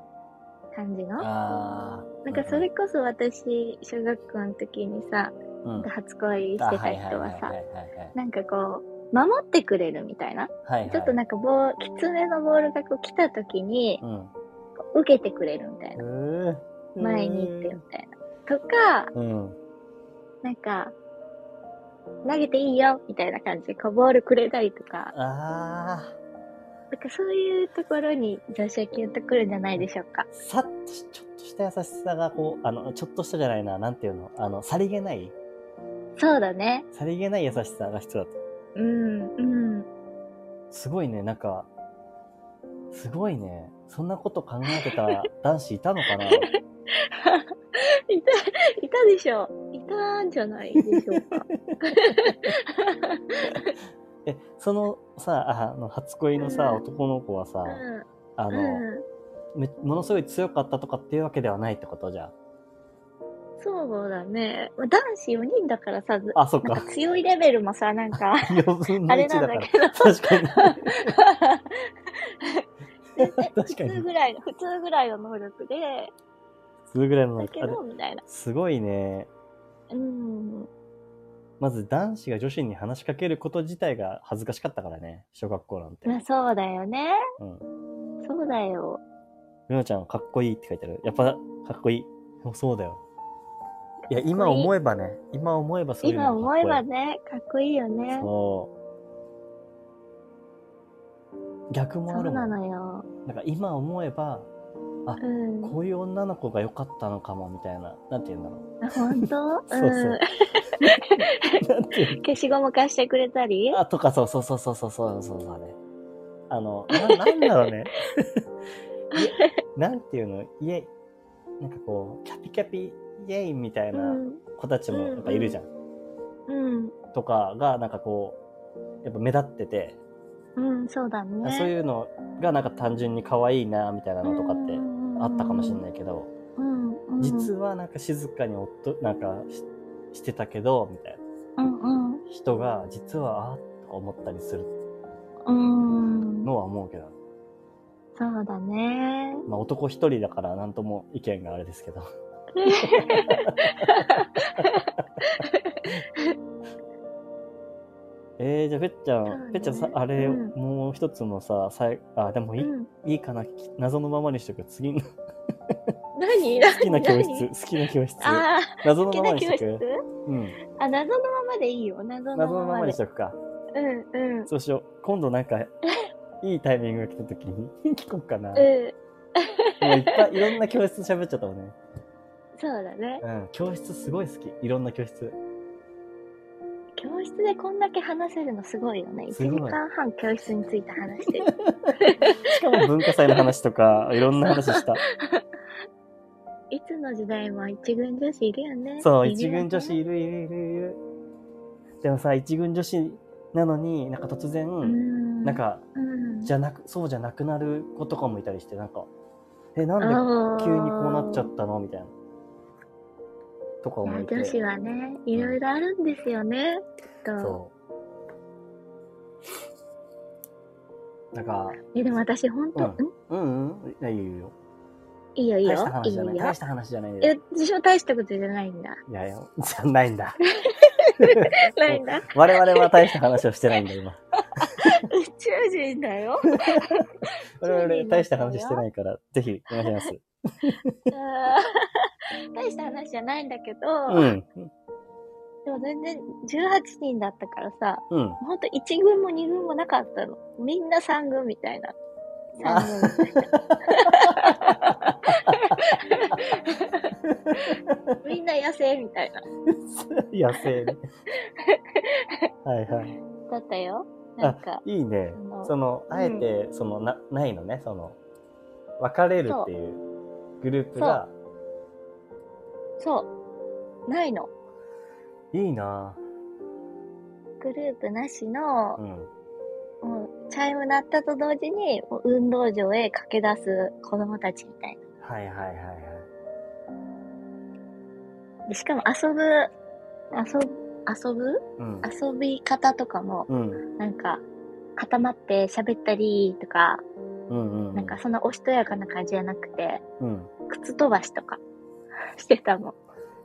B: 感じの
A: あー
B: なんかそれこそ私、小学校の時にさ、
A: うん
B: 初恋してた人は
A: あ
B: さ
A: い、いはいはい
B: なんかこう、守ってくれるみたいな。
A: はいはい
B: ちょっとなんかボー、きつめのボールがこう来た時に、
A: うん
B: 受けてくれるみたいな。前に行ってみたいな。とか、
A: うん。
B: なんか、投げていいよみたいな感じで、こうボールくれたりとか、
A: ああ、
B: なんかそういうところに女子はキュンとくるんじゃないでしょうか。
A: さっとし、ちょっとした優しさが、こう、あの、ちょっとしたじゃないな、なんていうの、あの、さりげない、
B: そうだね。
A: さりげない優しさが必要だと。
B: うん、うん。
A: すごいね、なんか、すごいね、そんなこと考えてた男子いたのか な
B: いた、いたでしょう。いたんじゃないでしょうか。
A: え、そのさ、ああの、初恋のさ、
B: うん
A: 男の子はさ、
B: う
A: あ
B: ん、
A: の、
B: う
A: めものすごい強かったとかっていうわけではないってことじゃん。
B: ん。そうだね。まあ男子4人だからさ、ず
A: あ、そっ
B: なん
A: か
B: か。強いレベルもさ、な んか、
A: 4分の
B: あれ
A: 1だか
B: なんだ
A: ら。
B: けど。
A: 確 かに。
B: 普
A: 確かに
B: 通ぐらいの、普通ぐらいの能力で、
A: それぐらいのなん
B: だ
A: か
B: け
A: あれ
B: ど、みたいな。
A: すごいね。
B: うん。
A: まず男子が女子に話しかけること自体が恥ずかしかったからね、小学校なんて。
B: まあそうだよね。
A: うん。
B: そうだよ。
A: ルナちゃん、かっこいいって書いてある。やっぱ、かっこいい。もうそうだよ。いや、今
B: かっこいい
A: 思えばね、今思えばそういうの
B: 今思えば
A: ね。
B: ね、かっこいいよね。
A: そう。逆も
B: そ
A: あ
B: う
A: るも。
B: なんのよ。
A: なんか今思えば、
B: うん。
A: こういう女の子が良かったのかも、みたいな。なんて言うんだろう。
B: 本当
A: そうそ う。なんて言う
B: うん。消しゴム貸してくれたり。
A: あ、とか、そうそうそうそうそうそうそうだね。あの、な なんだろうね。いやなんていうの、イエイ。なんかこう、キャピキャピ、イエイみたいうなん子たちもやっぱいるじゃん。
B: うん。
A: とかが、なんかこう、やっぱ目立ってて、
B: うん、そうだね。。
A: そういうのがなんか単純に可愛いな、みたいなのとかってあったかもしれないいけど、
B: うん。うん
A: 実はなんか静かに夫、なんかししてたけど、みたいな
B: うん
A: 人が、実は、あーとか思ったりする
B: うん。うん。
A: のは思うけど。
B: そう だね。
A: まあ、男一人だから何とも意見があれですけど。 えー、じゃあ、ぺっちゃ
B: そうね
A: ん、ぺっちゃんさ、あれ、
B: うん
A: もう一つのさ、さいあ、でも
B: う
A: いい,、
B: ん。
A: いいかな、き謎のままにしとく。次の、 好
B: 何
A: きな教室、
B: 何
A: 好きな教室。
B: ああ、
A: 謎
B: 好
A: の
B: き
A: まま
B: な
A: にし
B: 教
A: と
B: 室
A: く。うん。
B: あ、謎のままでいいよ。謎のままで。
A: 謎のままにしとくか。
B: うんうん。
A: そうしよう。今度なんか、 いいタイミングが来た時に聞こうかな。もう
B: うん。
A: いっぱい、いろんな教室喋っちゃったもんね。
B: そうだね。
A: うん。教室すごい好き。いろんな教室。
B: 教室でこんだけ話せるのすごいよね。1
A: すごい
B: 時間半教室について話 してる。
A: しかも文化祭の話とか、いろんな話した。
B: いつの時代も一軍女子いるよね。
A: そう、
B: いる
A: 一
B: よね
A: 軍女子いるいるいるいる。でもさ、一軍女子なのに、なんか突然、
B: うん。
A: なん、か、
B: うん、
A: じゃなく、そうじゃなくなる子とかもいたりして、なんか、え、なんで急にこうなっちゃったのみたいな。とか
B: あー
A: 思っ
B: まあ女子
A: て。
B: はね、いろいろあるんですよね、きっと。
A: そう。なんか、
B: え、でも私ほんと、ん
A: うんうんうん、いやいいよいいよ。
B: いいよいい
A: 大
B: よ
A: した。
B: い
A: 話じゃ
B: い
A: ない。
B: よ
A: 大し。た話じゃない
B: え
A: で、
B: 私は大したことじゃないんだ。
A: いやいや、 じゃないんだ。
B: ないんだ。宇
A: 我々は大した話をしてないんだ、今。
B: 宙人だよ。
A: 我々大した話してないから、ぜひ、お願いし ます。
B: あー大した話じゃないんだけど、
A: うん。
B: でも全然18人だったからさ、
A: うん。
B: ほんと1軍も2軍もなかったの。みんな3軍みたいな。
A: あ
B: 3軍みたいな。みんな野生みたいな。
A: 野 生ね。はいはい。
B: だったよ。なんか、
A: いいね
B: あ。の
A: その、あえて、その、な、ないのね。その、別れるっていうグループが、
B: そう。ないの。
A: いいな
B: グループなしの
A: ぁ。う、ん。
B: もう、チャイム鳴ったと同時に、もう運動場へ駆け出す子供たちみたい
A: はいはいはいはい。
B: な。でしかも遊ぶ、遊ぶ、遊ぶ
A: うん。
B: 遊び方とかも、
A: うん。
B: なんか、固まって喋ったりとか、
A: うんうんうん。
B: なんかそんなおしとやかな感じじゃなくて、
A: うん。
B: 靴飛ばしとか してたもん。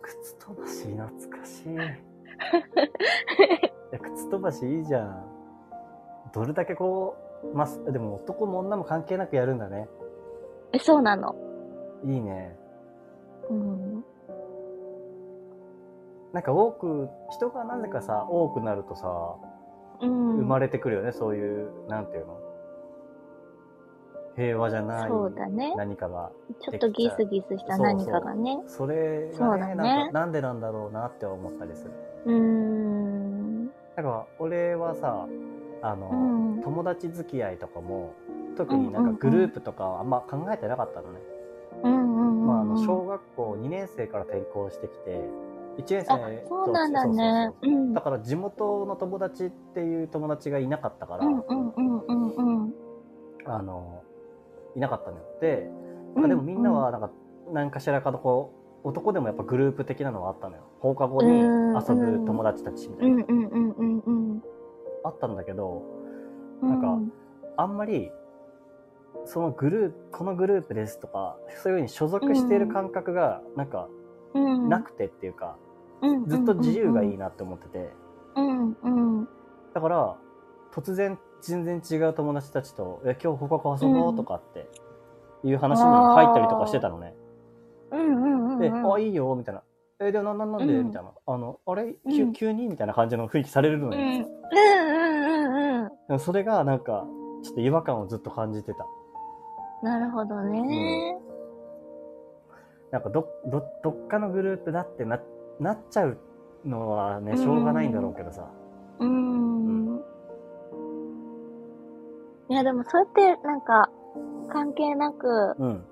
A: 靴飛ばし懐かし いいや靴飛ばしいいじゃんどれだけこうますでも男も女も関係なくやるんだね
B: え、そうなの。
A: いいね
B: うん。
A: なんか多く人がなぜかさ多くなるとさ
B: うん。
A: 生まれてくるよね、そういうなんていうの平和じゃない
B: そうだね。
A: 何かが
B: ちょっとギスギスした何かがね。
A: それ
B: そ
A: が
B: う
A: ね
B: だね
A: なんかなんでなんだろうなって思ったりする
B: うーん。
A: なんか俺はさあの、
B: うん
A: 友達付き合いとかも特になんかグループとかはあんま考えてなかったのね、
B: うんうんうん。
A: まあ、あの小学校2年生から転校してきて1年生
B: あ、そうなんだね
A: そうそう。
B: う。
A: そうんだから地元の友達っていう友達がいなかったから、
B: うんうんうんうんうん。
A: あのいなかったのよでなんかでもみんなはなんか何かしらかのこう男でもやっぱグループ的なのはあったのよ放課後に遊ぶ友達たちみた
B: う
A: い
B: ん
A: な、
B: うんうんうんうん
A: あったんだけど
B: うん。
A: なんかあんまりそのグループこのグループですとかそういうふうに所属している感覚がなんか
B: うん、
A: なくてっていうか、
B: うん
A: ずっと自由がいい
B: い。
A: なって思ってて、
B: うんうん。
A: だから突然全然違う友達たちと「え今日放課後遊ぼう」とかっていう話に入ったりとかしてたのね。
B: うんうんうんうん。
A: で「あいいよ」みたいな「えでもなななんで?」
B: うん
A: みたいな「あのあれ
B: うん
A: 急急に?」みたいな感じの雰囲気されるの
B: うんう
A: ね、
B: んうんうんうん。
A: でもそれがなんかちょっと違和感をずっと感じてた。
B: なるほどね。
A: なんかどどどっかのグループだってななっちゃうのはねしょうがないんだろうけどさ、
B: うん。いやでもそうやってなんか関係なく
A: うん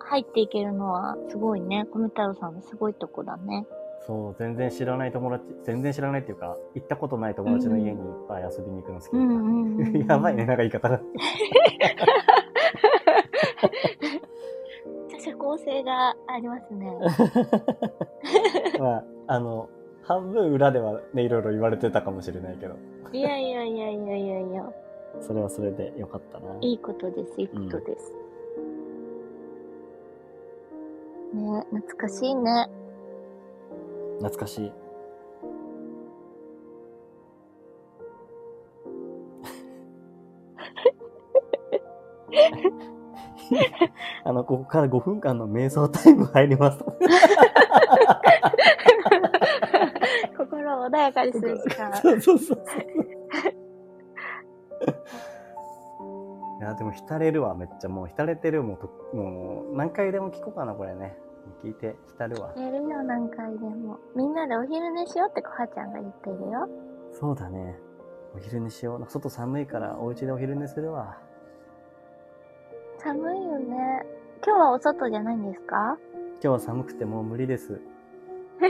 B: 入っていけるのはすごいね。米太郎さんのすごいとこだね。
A: そう全然知らない友達全然知らないっていうか行ったことない友達の家にいっぱい遊びに行くの好き
B: う
A: だ
B: んうんうんうん。
A: やばいね。なんか言い方が
B: 社交性があります ね。
A: まああの半分裏ではねいろいろ言われてたかもしれないけど
B: いやいやいやいやいやいや。
A: それはそれでよかったない
B: いことです、いいことです。ね懐かしいね。
A: 懐かしいあのここから5分間の瞑想タイム入ります
B: 心を穏やかにする時 間。
A: そうそうそうそういやでも浸れるわめっちゃもう浸れてるもうともう何回でも聞こうかなこれね聞いて浸るわ
B: やるよ、何回でも。みんなでお昼寝しようってこはちゃんが言ってるよ。
A: そうだねお昼寝しよう外寒いからお家でお昼寝するわ
B: 寒いよね。今日はお外じゃないんですか
A: 今日は寒くてもう無理です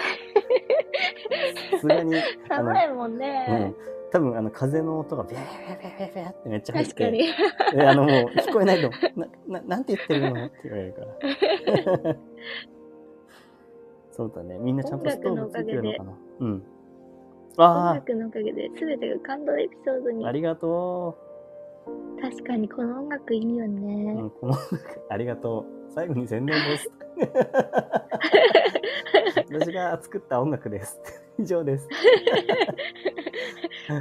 A: さすがにあの
B: 寒いもん
A: うん
B: ね。、
A: 多分あの風の音がビャービャービャービャービャーってめっちゃ入っ
B: 確か
A: て、
B: に。
A: であのもう聞こえないと思う、な、な、なんて言ってるのって言われる から。そうだね。みんなちゃんとストーブついてるのかな。うん。
B: 音
A: あ
B: 楽のおかげで全てが感動エピソードに
A: あ、あ。りがと
B: 確かにこの音楽いいよ
A: う。
B: ね
A: う。ん、この、ありがとう。最後に宣伝 です。私が作った音楽です。以上です。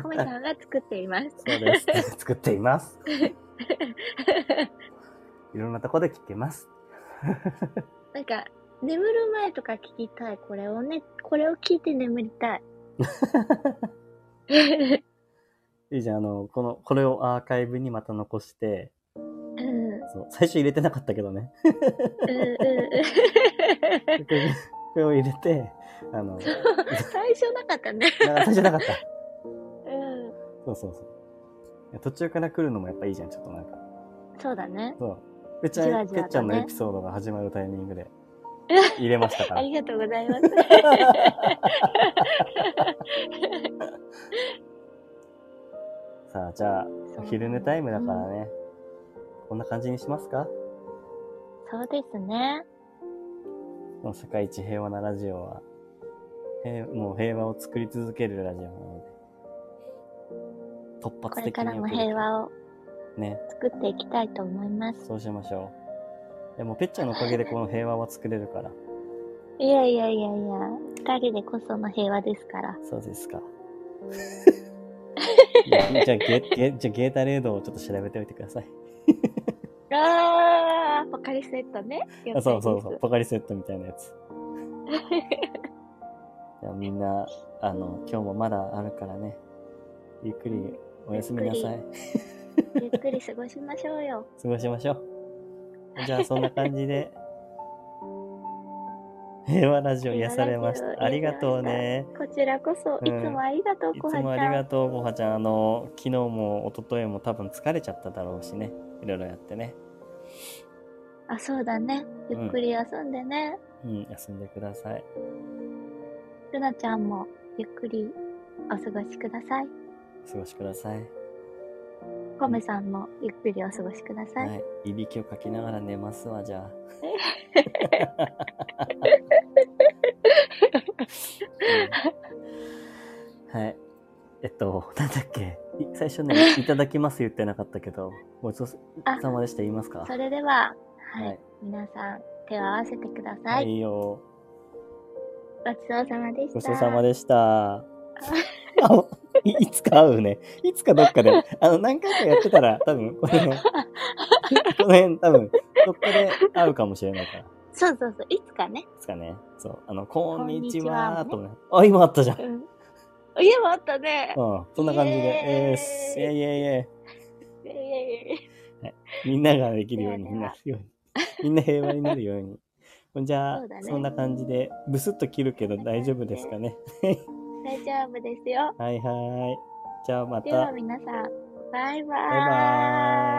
B: コメさんが作っています。
A: そうです。作っています。いろんなとこで聞けます。
B: なんか、眠る前とか聞きたい。これをね、これを聞いて眠りた い。
A: いいじゃん、あの、この、これをアーカイブにまた残して、
B: うん、うん、うん
A: そう、最初入れてなかったけどね。
B: うん。
A: こ れを入れて、あの、
B: 最初なかったね。
A: なんか最初なかった。
B: うん。
A: そうそうそういや。途中から来るのもやっぱいいじゃん、ちょっとなんか。
B: そうだね。
A: そう。うち
B: じわ
A: は、
B: じ
A: て
B: わ
A: っ
B: とね
A: ちゃんのエピソードが始まるタイミン グで、入れましたか
B: あ
A: ら。
B: りがとうござい ます。
A: さあ、じゃあ、お昼寝タイムだからね。こんな感じにしますか
B: そうですね。
A: この世界一平和なラジオは、平もう平和を作り続けるラジオなので、突
B: こ
A: 発
B: れ
A: 的
B: か
A: に
B: らも平
A: を。
B: 和を
A: ね、
B: 作っていきたいと思います。
A: そうしましょう。でも、ぺっちゃんのおかげでこの平和は作れるから。
B: いやいやいやいや、二人でこその平和ですから。
A: そうです か。じゃあ、ゲゲじゃあゲータレードをちょっと調べておいてください。
B: あー、ポカリスエットね。
A: あそうそうそう、ポカリセットみたいなやつ。じゃあみんな、あの、今日もまだあるからね、ゆっくりおやすみなさ
B: ゆ
A: い。
B: ゆっくり過ごしましょうよ。
A: 過ごしましょう。じゃあそんな感じで、平和ラジオ癒されまし
B: 平和ラジ
A: た。
B: オ
A: ありがとうね。
B: こちらこそ、
A: うん
B: いつもありがとう、
A: い
B: こは
A: つ
B: ち
A: もあ
B: ゃ
A: り
B: ん。
A: がとう、ごはちゃん。あの、昨日も一昨日も多分疲れちゃっただろうしね。いろいろやってね。
B: あ、そうだね。ゆっくり休んでね。
A: うん、休んでください。
B: ルナちゃんも、ゆっくりお過ごしください。
A: お過ごしください。
B: コメさんも、ゆっくりお過ごしください。
A: はい。いびきをかきながら寝ますわ、 じゃあ。うんはい。えっと、なんだっけ。い最初 ね、いただきます言ってなかったけど、ごちそうさまでした言いますか
B: それでは、はい、
A: はい
B: 皆さん、手を合わせてくださ。
A: はいいよ。
B: ごちそうさまでした。
A: ごちそうさまでした。あおいいつか会うね。いつかどっかで。あの、何回かやってたら、多分この 辺、この辺、多分どっかで会うかもしれないから。
B: そうそうそう、いつかね。
A: ですかね。そう。あの、こんにち
B: こんにちは
A: は
B: ね
A: とね。あ、今あったじゃん。う。
B: うんん。家もあったね。
A: そんな感じで。
B: イエーイ
A: えーす、えいえいえ
B: いやいやいやい
A: いみんなができるように
B: ではでは
A: なる ように。みんな平和になるように。ほんじゃあ
B: そうだね
A: そんな感じで、ブスッと切るけど大丈夫ですかね。
B: や大丈夫ですよ。
A: はいはい。じゃあまた。
B: では皆さん、バ
A: バイ
B: イバーイ。
A: バーイ。